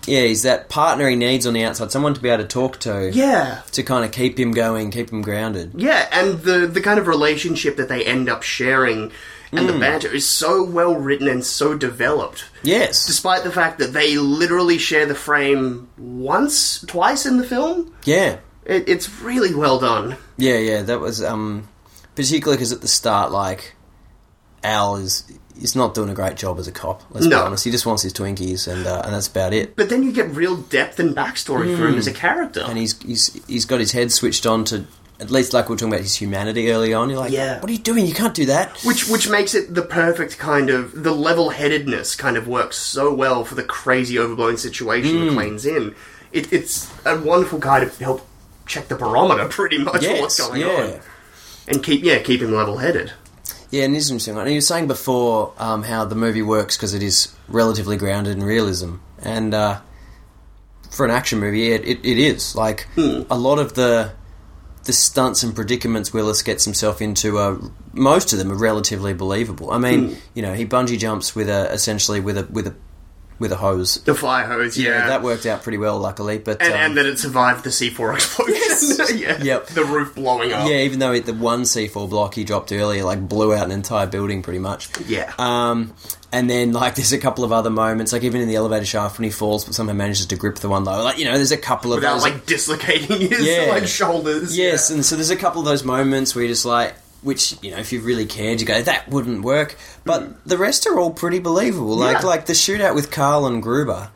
A: yeah, he's that partner he needs on the outside, someone to be able to talk to.
B: Yeah.
A: To kind of keep him going, keep him grounded.
B: Yeah, and the the kind of relationship that they end up sharing and the
A: Mm.
B: banter is so well written and so developed.
A: Yes.
B: Despite the fact that they literally share the frame once, twice in the film,
A: Yeah.
B: it, it's really well done.
A: Yeah, yeah, that was um, particularly because at the start, like Al is is not doing a great job as a cop. Let's be
B: No.
A: honest; he just wants his Twinkies, and uh, and that's about it.
B: But then you get real depth and backstory for him
A: Mm.
B: as a character.
A: And he's he's he's got his head switched on to at least like we we're talking about his humanity early on. You're like,
B: Yeah.
A: what are you doing? You can't do that.
B: Which which makes it the perfect kind of the level headedness kind of works so well for the crazy overblown situation
A: Mm.
B: McLean's in. It, it's a wonderful guy to help check the barometer pretty much for what's
A: Yes,
B: going
A: yeah.
B: on. And keep yeah, keep him level headed.
A: Yeah, and it's interesting. And you were saying before um, how the movie works because it is relatively grounded in realism, and uh, for an action movie, it, it, it is like
B: Hmm.
A: a lot of the the stunts and predicaments Willis gets himself into are most of them are relatively believable. I mean,
B: Hmm.
A: you know, he bungee jumps with a essentially with a with a with a hose.
B: The fire hose, yeah.
A: that worked out pretty well, luckily. But
B: and,
A: um,
B: and that it survived the C four explosion. yeah.
A: Yep.
B: The roof blowing up.
A: Yeah, even though it, the one C4 block he dropped earlier like blew out an entire building pretty much.
B: Yeah.
A: Um, and then like there's a couple of other moments, like even in the elevator shaft when he falls, but somehow manages to grip the one lower. Like you know, there's a couple of
B: Without
A: those
B: like dislocating his
A: Yeah.
B: like shoulders.
A: yes, and so there's a couple of those moments where you're just like, which you know, if you really cared, you go that wouldn't work. But the rest are all pretty believable. Like
B: Hmm. Yeah.
A: like the shootout with Carl and Gruber.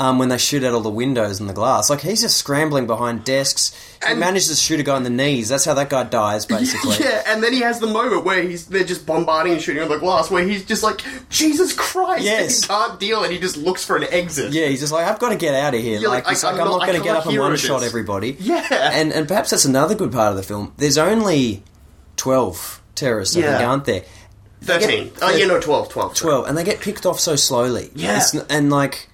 A: Um, when they shoot out all the windows and the glass, like he's just scrambling behind desks. He manages to shoot a guy in the knees. That's how that guy dies, basically.
B: Yeah, and then he has the moment where he's they're just bombarding and shooting on the glass, where he's just like, Jesus Christ,
A: Yes.
B: he can't deal, and he just looks for an exit.
A: Yeah, he's just like, I've got to get out of here.
B: You're
A: like,
B: like,
A: it's
B: I-
A: like,
B: I'm
A: I'm
B: not-
A: not going
B: I
A: to get up
B: can't
A: and
B: hear
A: one
B: it.
A: shot everybody.
B: Yeah.
A: And, and perhaps that's another good part of the film. There's only 12 terrorists, I think,
B: Yeah.
A: aren't there? They get-
B: Thirteen. Oh, yeah, no, 12, 12.
A: 12. And they get picked off so slowly.
B: Yeah.
A: It's n- and, like,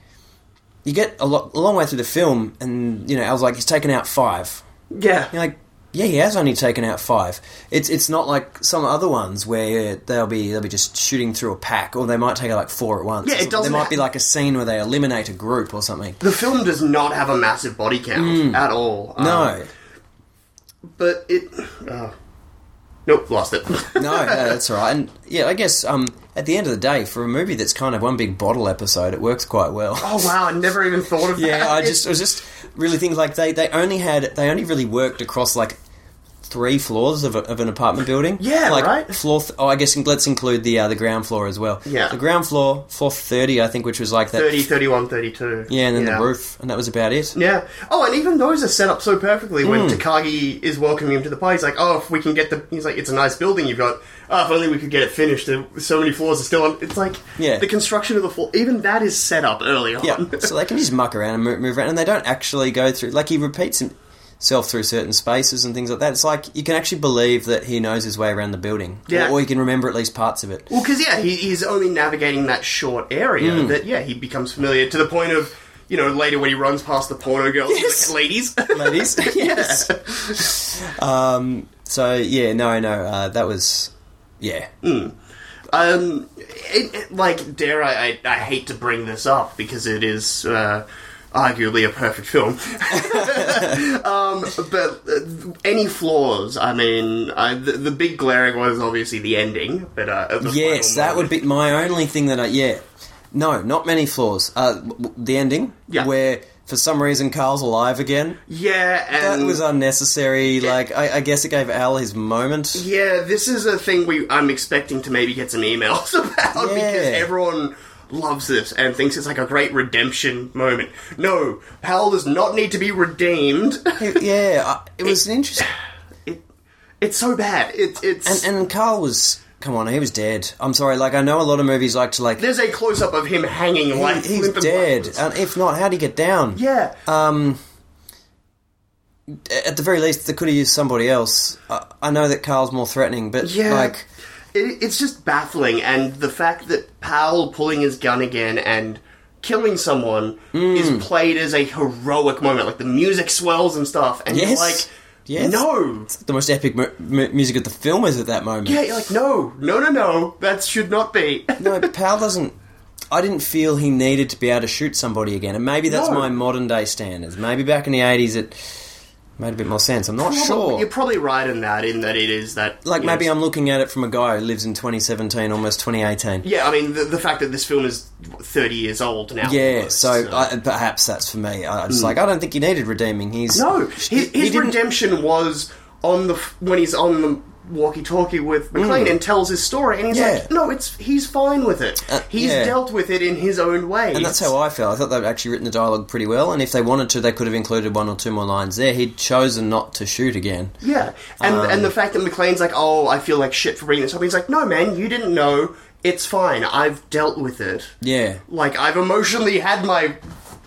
A: you get a, lot, a long way through the film, and, you know, I was like, he's taken out five.
B: Yeah.
A: You're like, yeah, he has only taken out five. It's it's not like some other ones where they'll be they'll be just shooting through a pack, or they might take out like four at once.
B: Yeah, it
A: There
B: doesn't
A: might be
B: ha-
A: like a scene where they eliminate a group or something.
B: The film does not have a massive body count
A: Mm.
B: at all. Um,
A: No,
B: But it. Uh, nope, lost it.
A: no, no, that's all right. And yeah, I guess um, at the end of the day, for a movie that's kind of one big bottle episode, it works quite well.
B: oh, wow, I never even thought of that.
A: yeah, I just I was just really thinking like they, they only had they only really worked across like three floors of, a, of an apartment building.
B: Yeah,
A: like
B: right.
A: floor. Th- oh, I guess in- let's include the uh, the ground floor as well.
B: Yeah.
A: the ground floor, floor thirty, I think, which was like that.
B: 30, 31, 32.
A: Yeah, and then the roof, and that was about it.
B: Yeah. Oh, and even those are set up so perfectly
A: Mm.
B: when Takagi is welcoming him to the party. He's like, oh, if we can get the. He's like, it's a nice building you've got. Oh, if only we could get it finished. There- So many floors are still on. It's like
A: Yeah.
B: the construction of the floor. Even that is set up early on.
A: Yeah, so they can just muck around and move, move around, and they don't actually go through. Like he repeats himself through certain spaces and things like that. It's like you can actually believe that he knows his way around the building,
B: Yeah.
A: or, or he can remember at least parts of it.
B: Well, because yeah, he, he's only navigating that short area.
A: Mm.
B: That yeah, he becomes familiar to the point of you know, later when he runs past the porno girls, he's
A: Yes.
B: like, ladies.
A: Ladies, yes. Um, so yeah, no, no, uh, that was yeah.
B: Um, it, it- like, dare I, I, I hate to bring this up because it is uh, arguably a perfect film. um, but uh, any flaws, I mean, I, the, the big glaring one is obviously the ending, but uh, at the
A: Yes,
B: final
A: that would be my only thing that I yeah. No, not many flaws. Uh, w- w- the ending, yeah. where for some reason Carl's alive again.
B: Yeah,
A: that
B: and-
A: was unnecessary. Like I, I guess it gave Al his moment.
B: Yeah, this is a thing we I'm expecting to maybe get some emails about because everyone loves this and thinks it's like a great redemption moment. No, Hal does not need to be redeemed.
A: yeah, it was an interesting.
B: It, it's so bad. It, it's
A: and and Carl was come on, he was dead. I'm sorry. Like I know a lot of movies like to like.
B: There's a close up of him hanging like
A: he's
B: limp and
A: dead. And if not, how'd he get down?
B: Yeah.
A: Um. At the very least, they could have used somebody else. I, I know that Carl's more threatening, but
B: Yeah.
A: like,
B: It, it's just baffling, and the fact that Powell pulling his gun again and killing someone
A: Mm.
B: is played as a heroic moment. Like the music swells and stuff, and you're
A: Yes.
B: like,
A: yes,
B: no,
A: it's the most epic mu- mu- music of the film is at that moment.
B: yeah, you're like, no, no, no, no, that should not be.
A: no, Powell doesn't. I didn't feel he needed to be able to shoot somebody again, and maybe that's
B: No.
A: my modern day standards. Maybe back in the eighties, it made a bit more sense. I'm not
B: Probably-
A: sure.
B: You're probably right in that, in that it is that.
A: Like
B: you know,
A: maybe I'm looking at it from a guy who lives in 2017, almost 2018.
B: Yeah, I mean, the, the fact that this film is 30 years old now.
A: Yeah,
B: almost,
A: so I, perhaps that's for me. I was
B: Mm.
A: like, I don't think he needed redeeming. He's
B: No, his, his redemption was on the f- when he's on the walkie-talkie with McLean
A: Mm.
B: and tells his story, and he's
A: Yeah.
B: like, "No, it's he's fine with it.
A: Uh,
B: he's
A: yeah.
B: dealt with it in his own way."
A: and that's how I felt. I thought they'd actually written the dialogue pretty well, and if they wanted to, they could have included one or two more lines there. He'd chosen not to shoot again.
B: yeah, and
A: Um,
B: and the fact that McLean's like, "Oh, I feel like shit for bringing this up," he's like, "No, man, you didn't know. It's fine. I've dealt with it.
A: Yeah,
B: Like I've emotionally had my."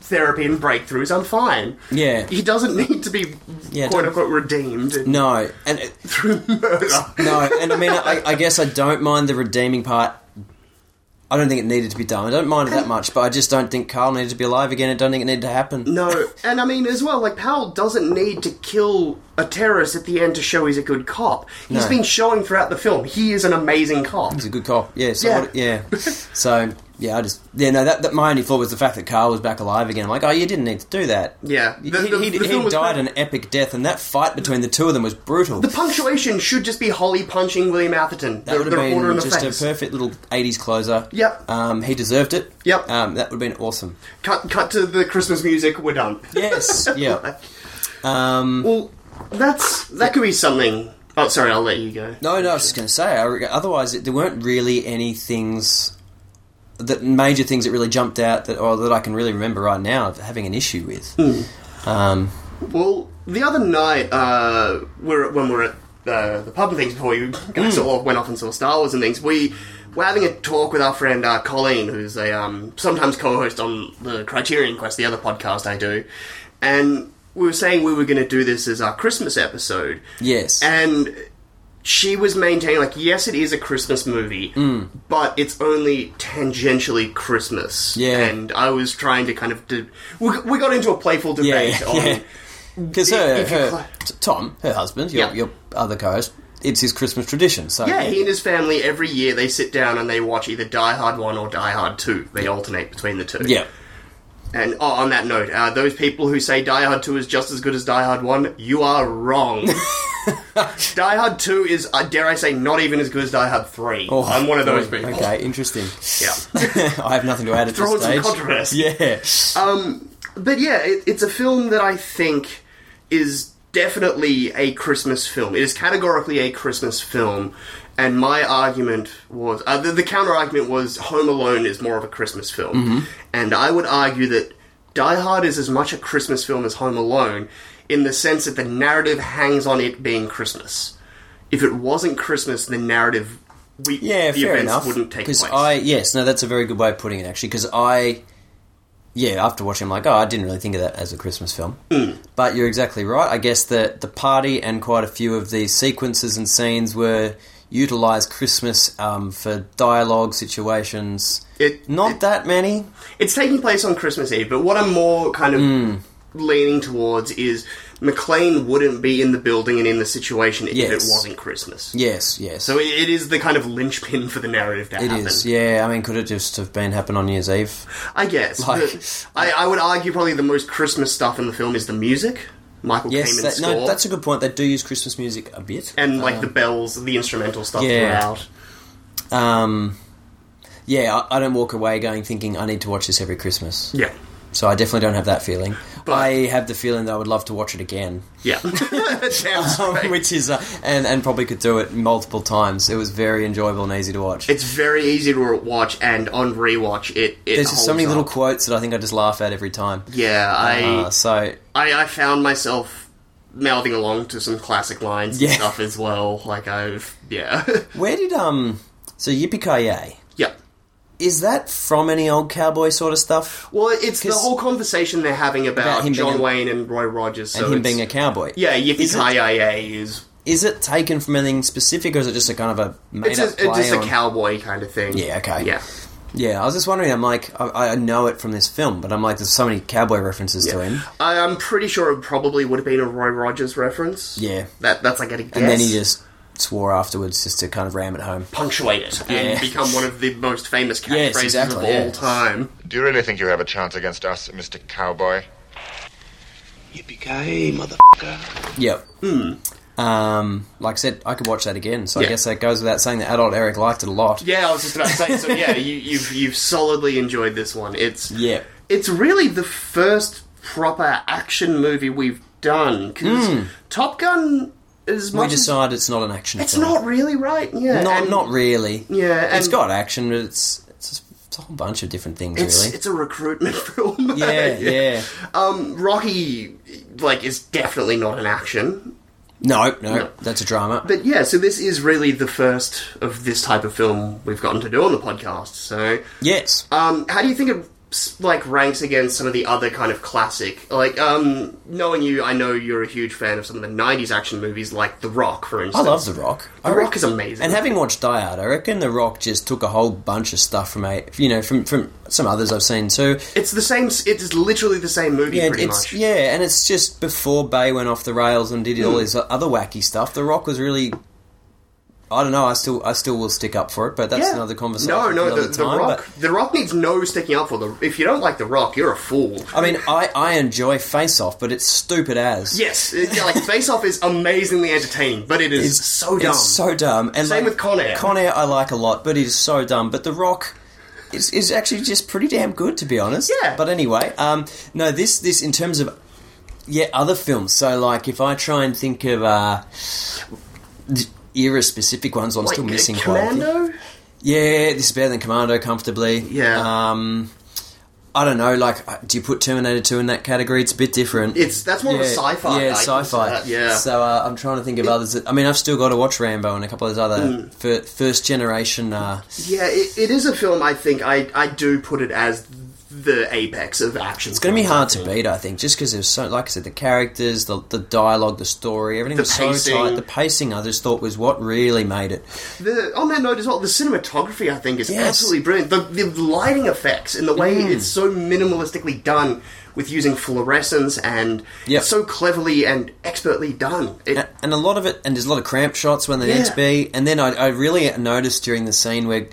B: Therapy and breakthroughs. I'm fine.
A: yeah,
B: He doesn't need to be
A: Yeah,
B: quote
A: don't-
B: unquote redeemed.
A: no, and it, no, and I mean, I, I guess I don't mind the redeeming part. I don't think it needed to be done. I don't mind it that much, but I just don't think Carl needed to be alive again. I don't think it needed to happen.
B: No, and I mean as well, like Powell doesn't need to kill a terrorist at the end to show he's a good cop. He's
A: No.
B: been showing throughout the film he is an amazing cop.
A: He's a good cop. Yeah. So
B: Yeah.
A: What, yeah. so yeah, I just yeah no that, that my only thought was the fact that Carl was back alive again. I'm like, oh, you didn't need to do that.
B: Yeah,
A: He,
B: the- the-
A: he,
B: the
A: he
B: film was
A: died an epic death, and that fight between the two of them was brutal.
B: The punctuation should just be Holly punching William Atherton,
A: that
B: the,
A: would
B: the
A: have
B: reporter in
A: been
B: the
A: just
B: face.
A: a perfect little '80s closer.
B: Yep.
A: Um, he deserved it.
B: Yep.
A: Um, that would have been awesome.
B: cut, cut to the Christmas music. We're done.
A: Yes. Yeah. Um,
B: well, that's that could be something. Oh, sorry, I'll let you go.
A: Oh, No, no, I was just going to say. I, reg- otherwise, it, there weren't really any things that major things that really jumped out that or that I can really remember right now of having an issue with.
B: Hmm.
A: Um,
B: Well, the other night, uh, we're at- when we were at the, the pub and things before you guys
A: Hmm.
B: all went off and saw Star Wars and things, we were having a talk with our friend uh, Colleen, who's a um, sometimes co-host on the Criterion Quest, the other podcast I do, and we were saying we were going to do this as our Christmas episode,
A: yes.
B: and she was maintaining like, yes, it is a Christmas movie,
A: Mm.
B: but it's only tangentially Christmas.
A: Yeah.
B: and I was trying to kind of do. We, we got into a playful debate
A: yeah,
B: on.
A: yeah. Because her,
B: If you
A: her t- Tom, her husband, your,
B: Yeah.
A: your other co-host, it's his Christmas tradition. So
B: Yeah, he and his family every year they sit down and they watch either Die Hard One or Die Hard Two. They alternate between the two.
A: yeah,
B: And oh, on that note, uh, those people who say Die Hard Two is just as good as Die Hard One, you are wrong. Die Hard Two is, uh, dare I say, not even as good as Die Hard Three.
A: Oh,
B: I'm one of those
A: boy,
B: people.
A: Okay, interesting.
B: Yeah.
A: I have nothing to add at
B: Throwing
A: this
B: some
A: stage.
B: controversy.
A: Yeah,
B: Um, but yeah, it, it's a film that I think is definitely a Christmas film. It is categorically a Christmas film. And my argument was uh, the, the counter argument was Home Alone is more of a Christmas film.
A: Mm-hmm.
M: Mhm.
B: And I would argue that Die Hard is as much a Christmas film as Home Alone in the sense that the narrative hangs on it being Christmas. If it wasn't Christmas, the narrative, we,
A: yeah,
B: the
A: fair
B: events
A: enough.
B: wouldn't take
A: Because
B: place.
A: I yes, no, that's a very good way of putting it actually. Because I, yeah, after watching, I'm like, oh, I didn't really think of that as a Christmas film.
B: Mm.
A: But you're exactly right. I guess the the party and quite a few of these sequences and scenes were utilize Christmas um, for dialogue situations.
B: It,
A: Not that many.
B: It's taking place on Christmas Eve, but what I'm more kind of
A: Mm.
B: leaning towards is McLean wouldn't be in the building and in the situation if it
A: Yes.
B: wasn't Christmas.
A: Yes, yes.
B: So it, it is the kind of linchpin for the narrative to
A: It
B: happen.
A: is, yeah. I mean, could it just have been happened on New Year's Eve?
B: I guess.
A: Like-
B: but I, I would argue probably the most Christmas stuff in the film is the music. Michael
A: Yes,
B: Kamen's
A: that-
B: score.
A: no, that's a good point. They do use Christmas music a bit,
B: and like
A: Um,
B: the bells, the instrumental stuff
A: yeah.
B: throughout.
A: Um, yeah, I, I don't walk away going thinking I need to watch this every Christmas.
B: Yeah.
A: So I definitely don't have that feeling. I have the feeling that I would love to watch it again.
B: Yeah.
A: Um, which is uh, and and probably could do it multiple times. It was very enjoyable and easy to watch.
B: It's very easy to watch, and on rewatch, it, it
A: There's just so
B: holds
A: many
B: up.
A: little quotes that I think I just laugh at every time.
B: Yeah, I-
A: Uh, so
B: I, I found myself mouthing along to some classic lines
A: Yeah.
B: and stuff as well. Like I've yeah.
A: where did um so Yippee Ki Yay?
B: Yeah.
A: Is that from any old cowboy sort of stuff?
B: Well, it's the
A: 'Cause-
B: whole conversation they're having about,
A: About him being
B: John
A: a-
B: Wayne and Roy Rogers, so
A: and him
B: it's-
A: being a cowboy.
B: yeah,
A: Is it-
B: Yippee is
A: Is it taken from anything specific, or is it just a kind of a made
B: it's,
A: up
B: a, it's just a
A: on-
B: cowboy kind of thing.
A: Yeah, okay.
B: yeah.
A: Yeah, I was just wondering. I'm like, I, I know it from this film, but I'm like, there's so many cowboy references to him,
B: I, I'm pretty sure it probably would have been a Roy Rogers reference.
A: Yeah.
B: that that's like a guess.
A: and then he just swore afterwards just to kind of ram it home.
B: punctuate it and become one of the most famous catchphrases
A: Yes, exactly,
B: of all
A: yeah.
B: time.
I: Do you really think you have a chance against us, Mr. Cowboy?
C: Yippee-ki-yay, motherfucker.
A: Yep. Um, like I said, I could watch that again. So
B: Hmm. Yeah.
A: I guess that goes without saying that adult Eric liked it a lot.
B: Yeah, I was just about to say. So yeah, you, you've you've solidly enjoyed this one. It's
A: Yeah.
B: it's really the first proper action movie we've done because
A: Mm.
B: Top Gun is
A: We
B: much. as-
A: decide it's not an action.
B: it's
A: film.
B: not really right. Yeah,
A: Not
B: and
A: not really.
B: Yeah,
A: it's
B: and-
A: got action, but it's it's, just, it's a whole bunch of different things,
B: It's
A: really.
B: it's a recruitment film.
A: yeah, yeah.
B: Um, Rocky, like, is definitely not an action.
A: No, no, that's a drama.
B: But yeah, so this is really the first of this type of film we've gotten to do on the podcast. So
A: yes,
B: um, how do you think it s- like ranks against some of the other kind of classic? Like, um, knowing you, I know you're a huge fan of some of the '90s action movies, like The Rock, for
A: I
B: instance.
A: love The Rock.
B: The
A: I
B: Rock is amazing.
A: And having watched Die Hard, I reckon The Rock just took a whole bunch of stuff from a, you know, from from some others I've seen too.
B: it's the same. s- It is literally the same movie,
A: Yeah,
B: pretty
A: it's
B: much.
A: yeah, and it's just before Bay went off the rails and did all
B: Mm.
A: his other wacky stuff. The Rock was really, I don't know. I still I still will stick up for it, but that's
B: Yeah.
A: another conversation.
B: No, no,
A: another
B: the,
A: time,
B: the
A: but-
B: Rock. The Rock needs no sticking up for. The if you don't like The Rock, you're a fool.
A: I mean, I, I enjoy Face Off, but it's stupid as.
B: Yes, it- yeah, like Face Off is amazingly entertaining, but it is so dumb.
A: It's so dumb. And
B: Same
A: like,
B: with Con Air.
A: Con Air I like a lot, but it is so dumb. But The Rock is, is actually just pretty damn good, to be honest. Yeah. But anyway, um, no, this this in terms of yeah other films. So like, if I try and think of uh, era specific ones, I'm
B: Like,
A: still
B: uh,
A: missing quite a few.
B: Commando.
A: Yeah, this is better than Commando comfortably. Yeah. Um, I don't know. Like, uh, do you put Terminator Two in that category? It's a bit different.
B: It's- that's more of a sci-fi, I
A: Yeah,
B: consider
A: sci-fi.
B: that, yeah.
A: So uh, I'm trying to think of others. That, I mean, I've still got to watch Rambo and a couple of those other
B: Mm.
A: fir- first generation. Uh,
B: Yeah, it, it is a film. I think I I do put it as the apex of action.
A: it's going to be hard to beat, I think, just because there's so, like I said, the characters, the the dialogue, the story, everything
B: The
A: was
B: pacing.
A: so tight. The pacing, I just thought, was what really made it.
B: The, on that note as well, the cinematography I think is
A: Yes.
B: absolutely brilliant. The, the lighting effects and the way
A: Mm.
B: it's so minimalistically done with using fluorescence and it's so cleverly and expertly done. It,
A: A- and a lot of it, and there's a lot of cramp shots when they need to
B: Yeah.
A: be. And then I, I really noticed during the scene where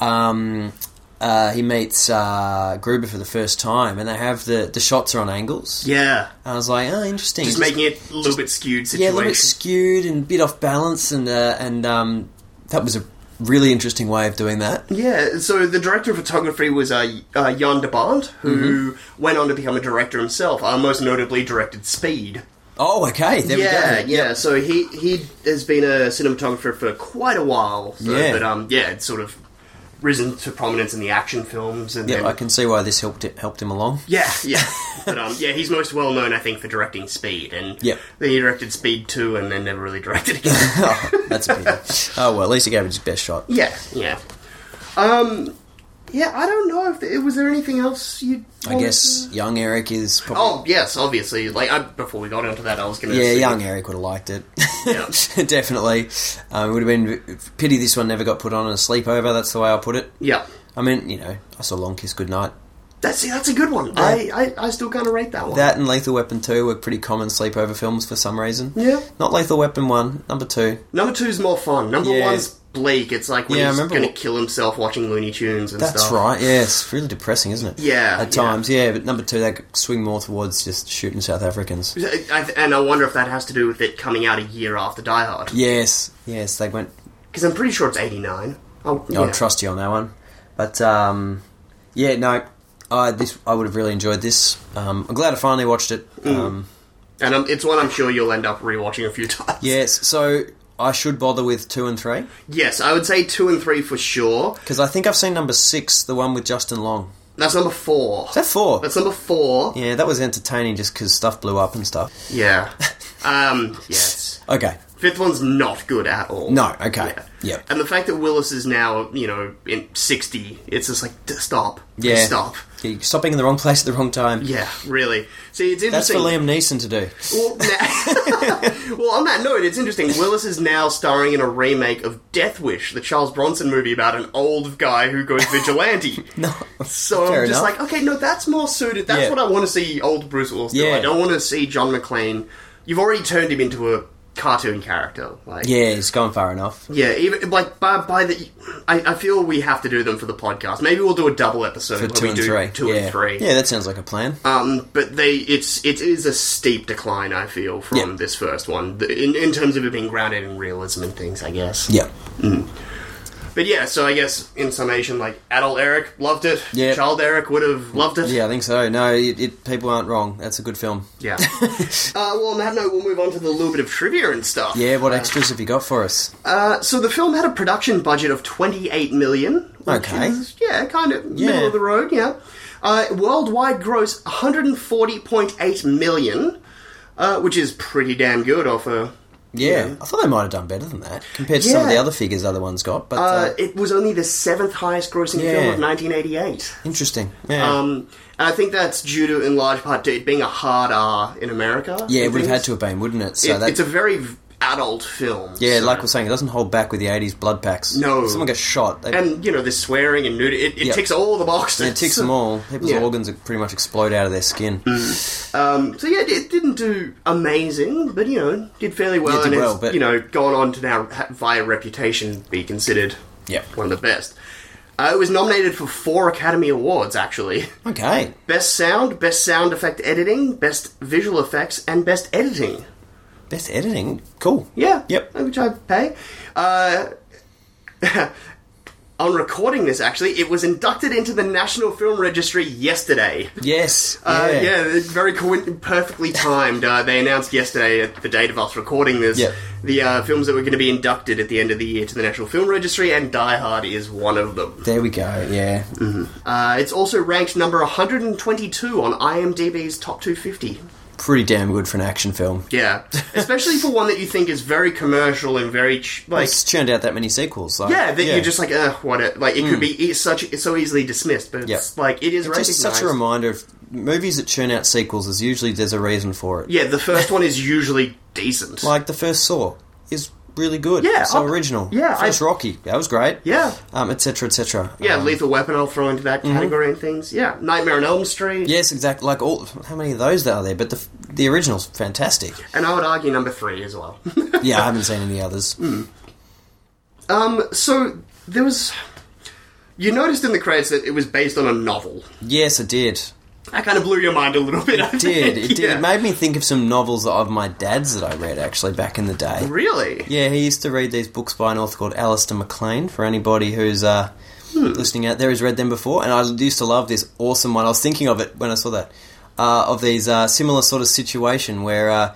A: um, uh, he meets uh, Gruber for the first time, and they have the the shots are on angles.
B: yeah,
A: I was like, oh, interesting.
B: just making it a little bit skewed
A: yeah, a
B: situation.
A: little bit skewed and a bit off balance, and uh, and um, that was a really interesting way of doing that.
B: Yeah, so the director of photography was uh, uh, Jan de Bond, who
A: Mm-hmm.
B: went on to become a director himself. Uh, most notably, directed Speed.
A: Oh, okay, there we
B: yeah,
A: go.
B: yeah. So he he has been a cinematographer for quite a while. So,
A: Yeah.
B: but um, yeah, it's sort of risen to prominence in the action films, and
A: Yeah,
B: then,
A: I can see why this helped it, helped him along.
B: yeah, yeah. but um, yeah, he's most well known, I think, for directing Speed, and
A: Yep.
B: then he directed Speed Two, and then never really directed again.
A: oh, that's a pity. Oh well, at least he gave it his best shot.
B: yeah, yeah. Um, Yeah, I don't know if there, was there anything else you.
A: I guess young Eric is probably.
B: Oh yes, obviously. Like I, before we got into that, I was going to.
A: Yeah, young Eric would have liked it. Definitely. Um, it would have been pity this one never got put on in a sleepover. That's the way I put it.
B: Yeah.
A: I mean, you know, I saw Long Kiss Goodnight.
B: That's that's a good one. I, I, I still kind of rate that one.
A: That and Lethal Weapon 2 were pretty common sleepover films for some reason.
B: Yeah.
A: Not Lethal Weapon 1, number 2.
B: Number two's more fun. Number
A: Yeah.
B: one's bleak. It's like when
A: Yeah, I
B: he's
A: remember
B: going to
A: what-
B: kill himself watching Looney Tunes and
A: That's
B: stuff.
A: right, yeah, it's really depressing, isn't it?
B: Yeah,
A: At
B: yeah.
A: times, yeah, but number 2, they swing more towards just shooting South Africans.
B: I, and I wonder if that has to do with it coming out a year after Die Hard.
A: Yes, yes, they went
B: Because I'm pretty sure it's 89. Oh, yeah.
A: I'll trust you on that one. But um, yeah, no, I this I would have really enjoyed this. Um, I'm glad I finally watched it.
B: Mm.
A: Um,
B: And um, it's one I'm sure you'll end up rewatching a few times.
A: yes, so I should bother with two and three
B: Yes, I would say two and three for sure.
A: because I think I've seen number six, the one with Justin Long.
B: That's number four.
A: Is that four?
B: That's number four.
A: Yeah, that was entertaining just because stuff blew up and stuff.
B: Yeah. Um, yes.
A: Okay.
B: Fifth one's not good at all.
A: No. Okay.
B: Yeah. And the fact that Willis is now, you know, in 60, it's just like, d- stop.
A: Yeah.
B: Just Stop.
A: Yeah, you stop being in the wrong place at the wrong time.
B: Yeah, really. See, it's
A: That's for
B: interesting.
A: Liam Neeson to do.
B: Well, na- well, on that note, it's interesting. Willis is now starring in a remake of Death Wish, the Charles Bronson movie about an old guy who goes vigilante. no, so
A: fair
B: I'm just
A: enough.
B: like, okay, no, that's more suited. That's
A: Yeah.
B: what I want to see old Bruce Willis do.
A: Yeah.
B: I don't want to see John McClane. You've already turned him into a cartoon character. Like,
A: Yeah, he's gone far enough.
B: yeah, even like by, by the, I, I feel we have to do them for the podcast. Maybe we'll do a double episode
A: For
B: where
A: two
B: we
A: and
B: do
A: three.
B: two
A: yeah.
B: and three.
A: Yeah, that sounds like a plan.
B: Um, but they, it's it is a steep decline. I feel from
A: Yeah.
B: this first one th- in in terms of it being grounded in realism and things. I guess.
A: Yeah.
B: But yeah, so I guess in summation, like adult Eric loved it.
A: Yeah.
B: Child Eric would have loved it.
A: Yeah, I think so. No, it, it, people aren't wrong. That's a good film.
B: Yeah. uh, well, on that note, we'll move on to the little bit of trivia and stuff.
A: Yeah, what extras have you got for us?
B: Uh, so the film had a production budget of 28 million. which
A: Okay.
B: is, yeah, kind of
A: Yeah.
B: middle of the road, yeah. Uh, worldwide gross 140.8 million, uh, which is pretty damn good off a.
A: Yeah, I thought they might have done better than that compared to some of the
B: Yeah.
A: other figures other ones got. But
B: Uh,
A: uh,
B: it was only the seventh highest grossing film
A: Yeah.
B: of 1988.
A: interesting. Yeah,
B: Um, and I think that's due to, in large part, to it being a hard R in America.
A: yeah,
B: I
A: it would have
B: think.
A: had to have been, wouldn't it? So
B: It-
A: that,
B: it's a very v- adult film.
A: yeah,
B: so-
A: like we're saying, it doesn't hold back with the '80s blood packs.
B: No.
A: If someone gets shot. They,
B: And, you know, the swearing and nudity. It, it
A: Yeah.
B: ticks all the boxes.
A: and it ticks them all. People's
B: Yeah.
A: organs pretty much explode out of their skin.
B: Um, so yeah, it, it didn't do amazing, but you know, did fairly well,
A: Yeah, it did
B: and
A: well,
B: it's
A: but-
B: you know gone on to now ha- via reputation be considered
A: Yep.
B: one of the best. Uh, it was nominated for four Academy Awards actually:
A: Okay.
B: Best Sound, Best Sound Effect Editing, Best Visual Effects, and Best Editing.
A: Best editing. Cool.
B: Yeah,
A: Yep.
B: which I pay. Uh, on recording this, actually, it was inducted into the National Film Registry yesterday.
A: Yes.
B: Uh, yeah, they're very coin- perfectly timed. Uh, they announced yesterday, at the date of us recording this,
A: Yeah.
B: the uh, films that were going to be inducted at the end of the year to the National Film Registry, and Die Hard is one of them.
A: There we go. Yeah.
B: Uh, it's also ranked number 122 on IMDb's Top 250.
A: Pretty damn good for an action film.
B: Yeah, especially for one that you think is very commercial and very ch- like.
A: it's churned out that many sequels. Like,
B: Yeah, that you're just like, uh, what? It, like, it could be e- such it's so easily dismissed, but it's
A: Hmm. Yeah.
B: like it is
A: It's
B: recognized.
A: just such a reminder of movies that churn out sequels. Is usually there's a reason for it.
B: yeah, the first one is usually decent.
A: Like the first Saw is really good.
B: Yeah,
A: so
B: I-
A: original.
B: yeah,
A: first Rocky that was great.
B: yeah,
A: um, etc. etc.
B: Yeah,
A: Um, mm-hmm.
B: Lethal Weapon. I'll throw into that category and things. Yeah, Nightmare on Elm Street.
A: yes, exactly. Like all, how many of those are there? But the the original's fantastic.
B: And I would argue number three as well.
A: Yeah, I haven't seen any others.
B: Hmm. um, so there was. You noticed in the credits that it was based on a novel.
A: Yes, I did.
B: That kind of blew your mind a little bit. I
A: Did
B: think.
A: it did?
B: Yeah.
A: It made me think of some novels of my dad's that I read actually back in the day.
B: Really?
A: Yeah, he used to read these books by an author called Alistair MacLean. For anybody who's uh,
B: Hmm.
A: listening out there who's read them before, and I used to love this awesome one. I was thinking of it when I saw that uh, of these uh, similar sort of situation where uh,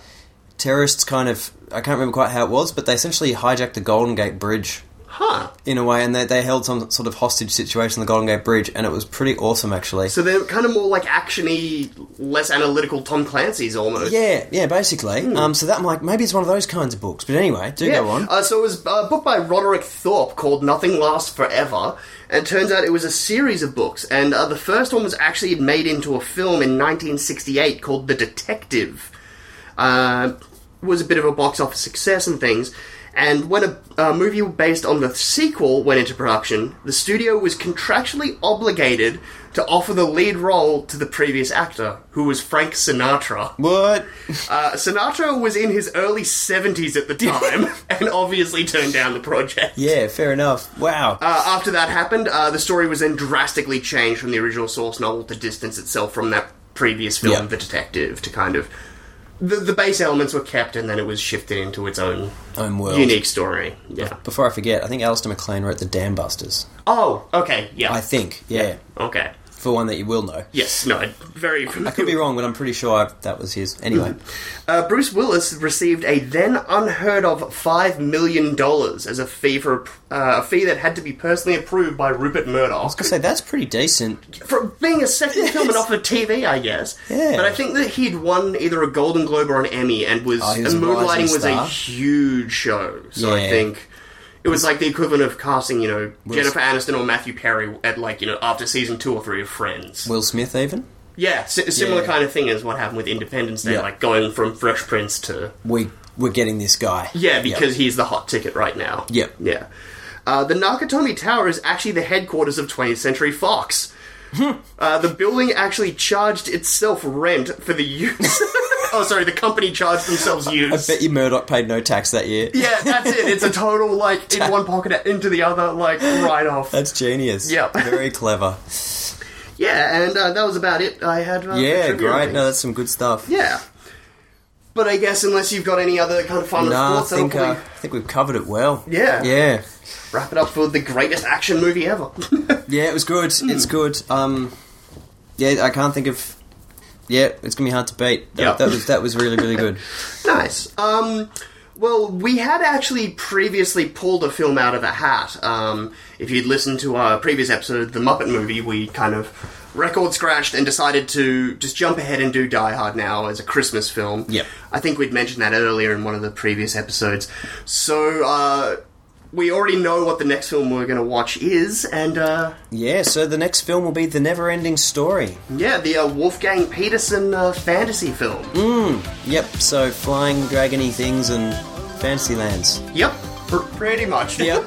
A: terrorists kind of I can't remember quite how it was, but they essentially hijacked the Golden Gate Bridge
B: Huh.
A: In a way, and they, they held some sort of hostage situation on the Golden Gate Bridge, and it was pretty awesome, actually.
B: So they're kind of more like actiony, less analytical Tom Clancy's almost.
A: Yeah, yeah, basically. Um, so that might maybe it's one of those kinds of books. But anyway, do
B: Hmm. Yeah.
A: go on.
B: Uh, so it was a book by Roderick Thorpe called Nothing Lasts Forever, and turns out it was a series of books. And uh, the first one was actually made into a film in 1968 called The Detective. Uh, was a bit of a box office success and things. And when a, a movie based on the sequel went into production, the studio was contractually obligated to offer the lead role to the previous actor, who was Frank Sinatra.
A: What?
B: Uh, Sinatra was in his early 70s at the time and obviously turned down the project.
A: Yeah, fair enough. Wow.
B: Uh, after that happened, uh, the story was then drastically changed from the original source novel to distance itself from that previous film,
A: Yeah.
B: The Detective, to kind of. The, the base elements were kept and then it was shifted into its own
A: Own world.
B: unique story. Yeah.
A: Before I forget, I think Alistair McLean wrote the Dam Busters.
B: Oh, okay, yeah.
A: I think, yeah.
B: Okay.
A: For one that you will know.
B: Yes, no, I- very
A: I could be wrong, but I'm pretty sure I, that was his. Anyway,
B: Uh, Bruce Willis received a then unheard of five million dollars as a fee for uh, a fee that had to be personally approved by Rupert Murdoch
A: I say that's pretty decent.
B: for being a second film and off of TV, I guess.
A: Yeah.
B: But I think that he'd won either a Golden Globe or an Emmy, and was,
A: Oh, he was
B: and
A: a rising
B: Moonlighting was a
A: star.
B: huge show. So I
A: Yeah.
B: think. It was like the equivalent of casting, you know,
A: Will-
B: Jennifer Aniston or Matthew Perry at like, you know, after season two or three of Friends.
A: Will Smith, even
B: Yeah, si- similar
A: Yeah.
B: kind of thing as what happened with Independence Day,
A: Yeah.
B: like going from Fresh Prince to
A: we we're getting this guy.
B: yeah,
A: Yep.
B: because he's the hot ticket right now.
A: Yep.
B: Yeah. Uh, the Nakatomi Tower is actually the headquarters of 20th Century Fox.
A: Hmm.
B: uh, the building actually charged itself rent for the use. oh, sorry, the company charged themselves
A: I
B: use.
A: bet you Murdoch paid no tax that year.
B: Yeah, that's it. It's a total, like, in one pocket into the other, like, write off.
A: That's genius.
B: Yep.
A: Very clever.
B: Yeah, and uh, that was about it. I had. Uh, for
A: yeah,
B: trivia
A: great.
B: things.
A: No, that's some good stuff.
B: Yeah. But I guess unless you've got any other kind of final
A: No, I
B: thoughts, that'll
A: think uh, I
B: probably
A: think we've covered it well.
B: Yeah.
A: yeah,
B: wrap it up for the greatest action movie ever.
A: yeah. It was good.
B: Mm.
A: It's good. Um, yeah, I can't think of. Yeah, it's gonna be hard to beat. That,
B: Yeah.
A: that was that was really really good.
B: nice. Um, well, we had actually previously pulled a film out of a hat. Um, if you'd listened to our previous episode, the Muppet movie, we kind of record scratched and decided to just jump ahead and do Die Hard now as a Christmas film.
A: Yep.
B: I think we'd mentioned that earlier in one of the previous episodes. So, uh, we already know what the next film we're going to watch is, and uh,
A: Yeah, so the next film will be The Never Ending Story.
B: yeah, the uh, Wolfgang Peterson uh, fantasy film.
A: Hmm? Yep, so flying dragony things and fantasy lands.
B: Yep, pr- pretty much.
A: Yep.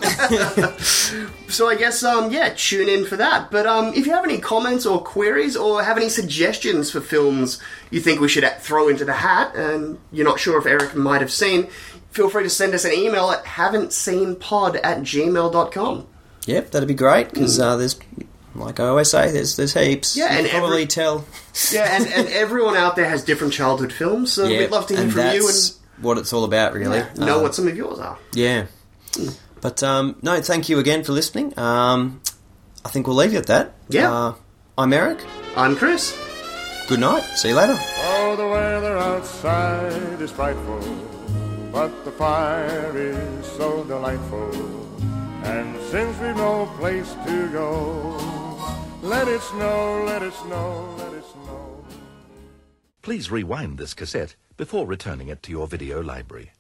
B: So I guess um yeah, tune in for that. But um if you have any comments or queries or have any suggestions for films you think we should throw into the hat and you're not sure if Eric might have seen, feel free to send us an email at haven't seen pod at gmail.com.
A: yep, that'd be great because uh, there's, like I always say, there's there's heaps.
B: Yeah,
A: you
B: and
A: can probably
B: every-
A: tell.
B: Yeah, and, and everyone out there has different childhood films, so
A: Yeah,
B: we'd love to hear
A: and
B: from you
A: that's
B: and
A: what it's all about, really.
B: yeah, know
A: Uh,
B: what some of yours are.
A: Yeah. But um, no, thank you again for listening. Um, I think we'll leave it at that.
B: Yeah.
A: Uh, I'm Eric.
B: I'm Chris.
A: Good night. See you later.
M: Oh, the weather outside is frightful, but the fire is so delightful. And since we've no place to go, let it snow, let it snow, let it snow.
C: Please rewind this cassette before returning it to your video library.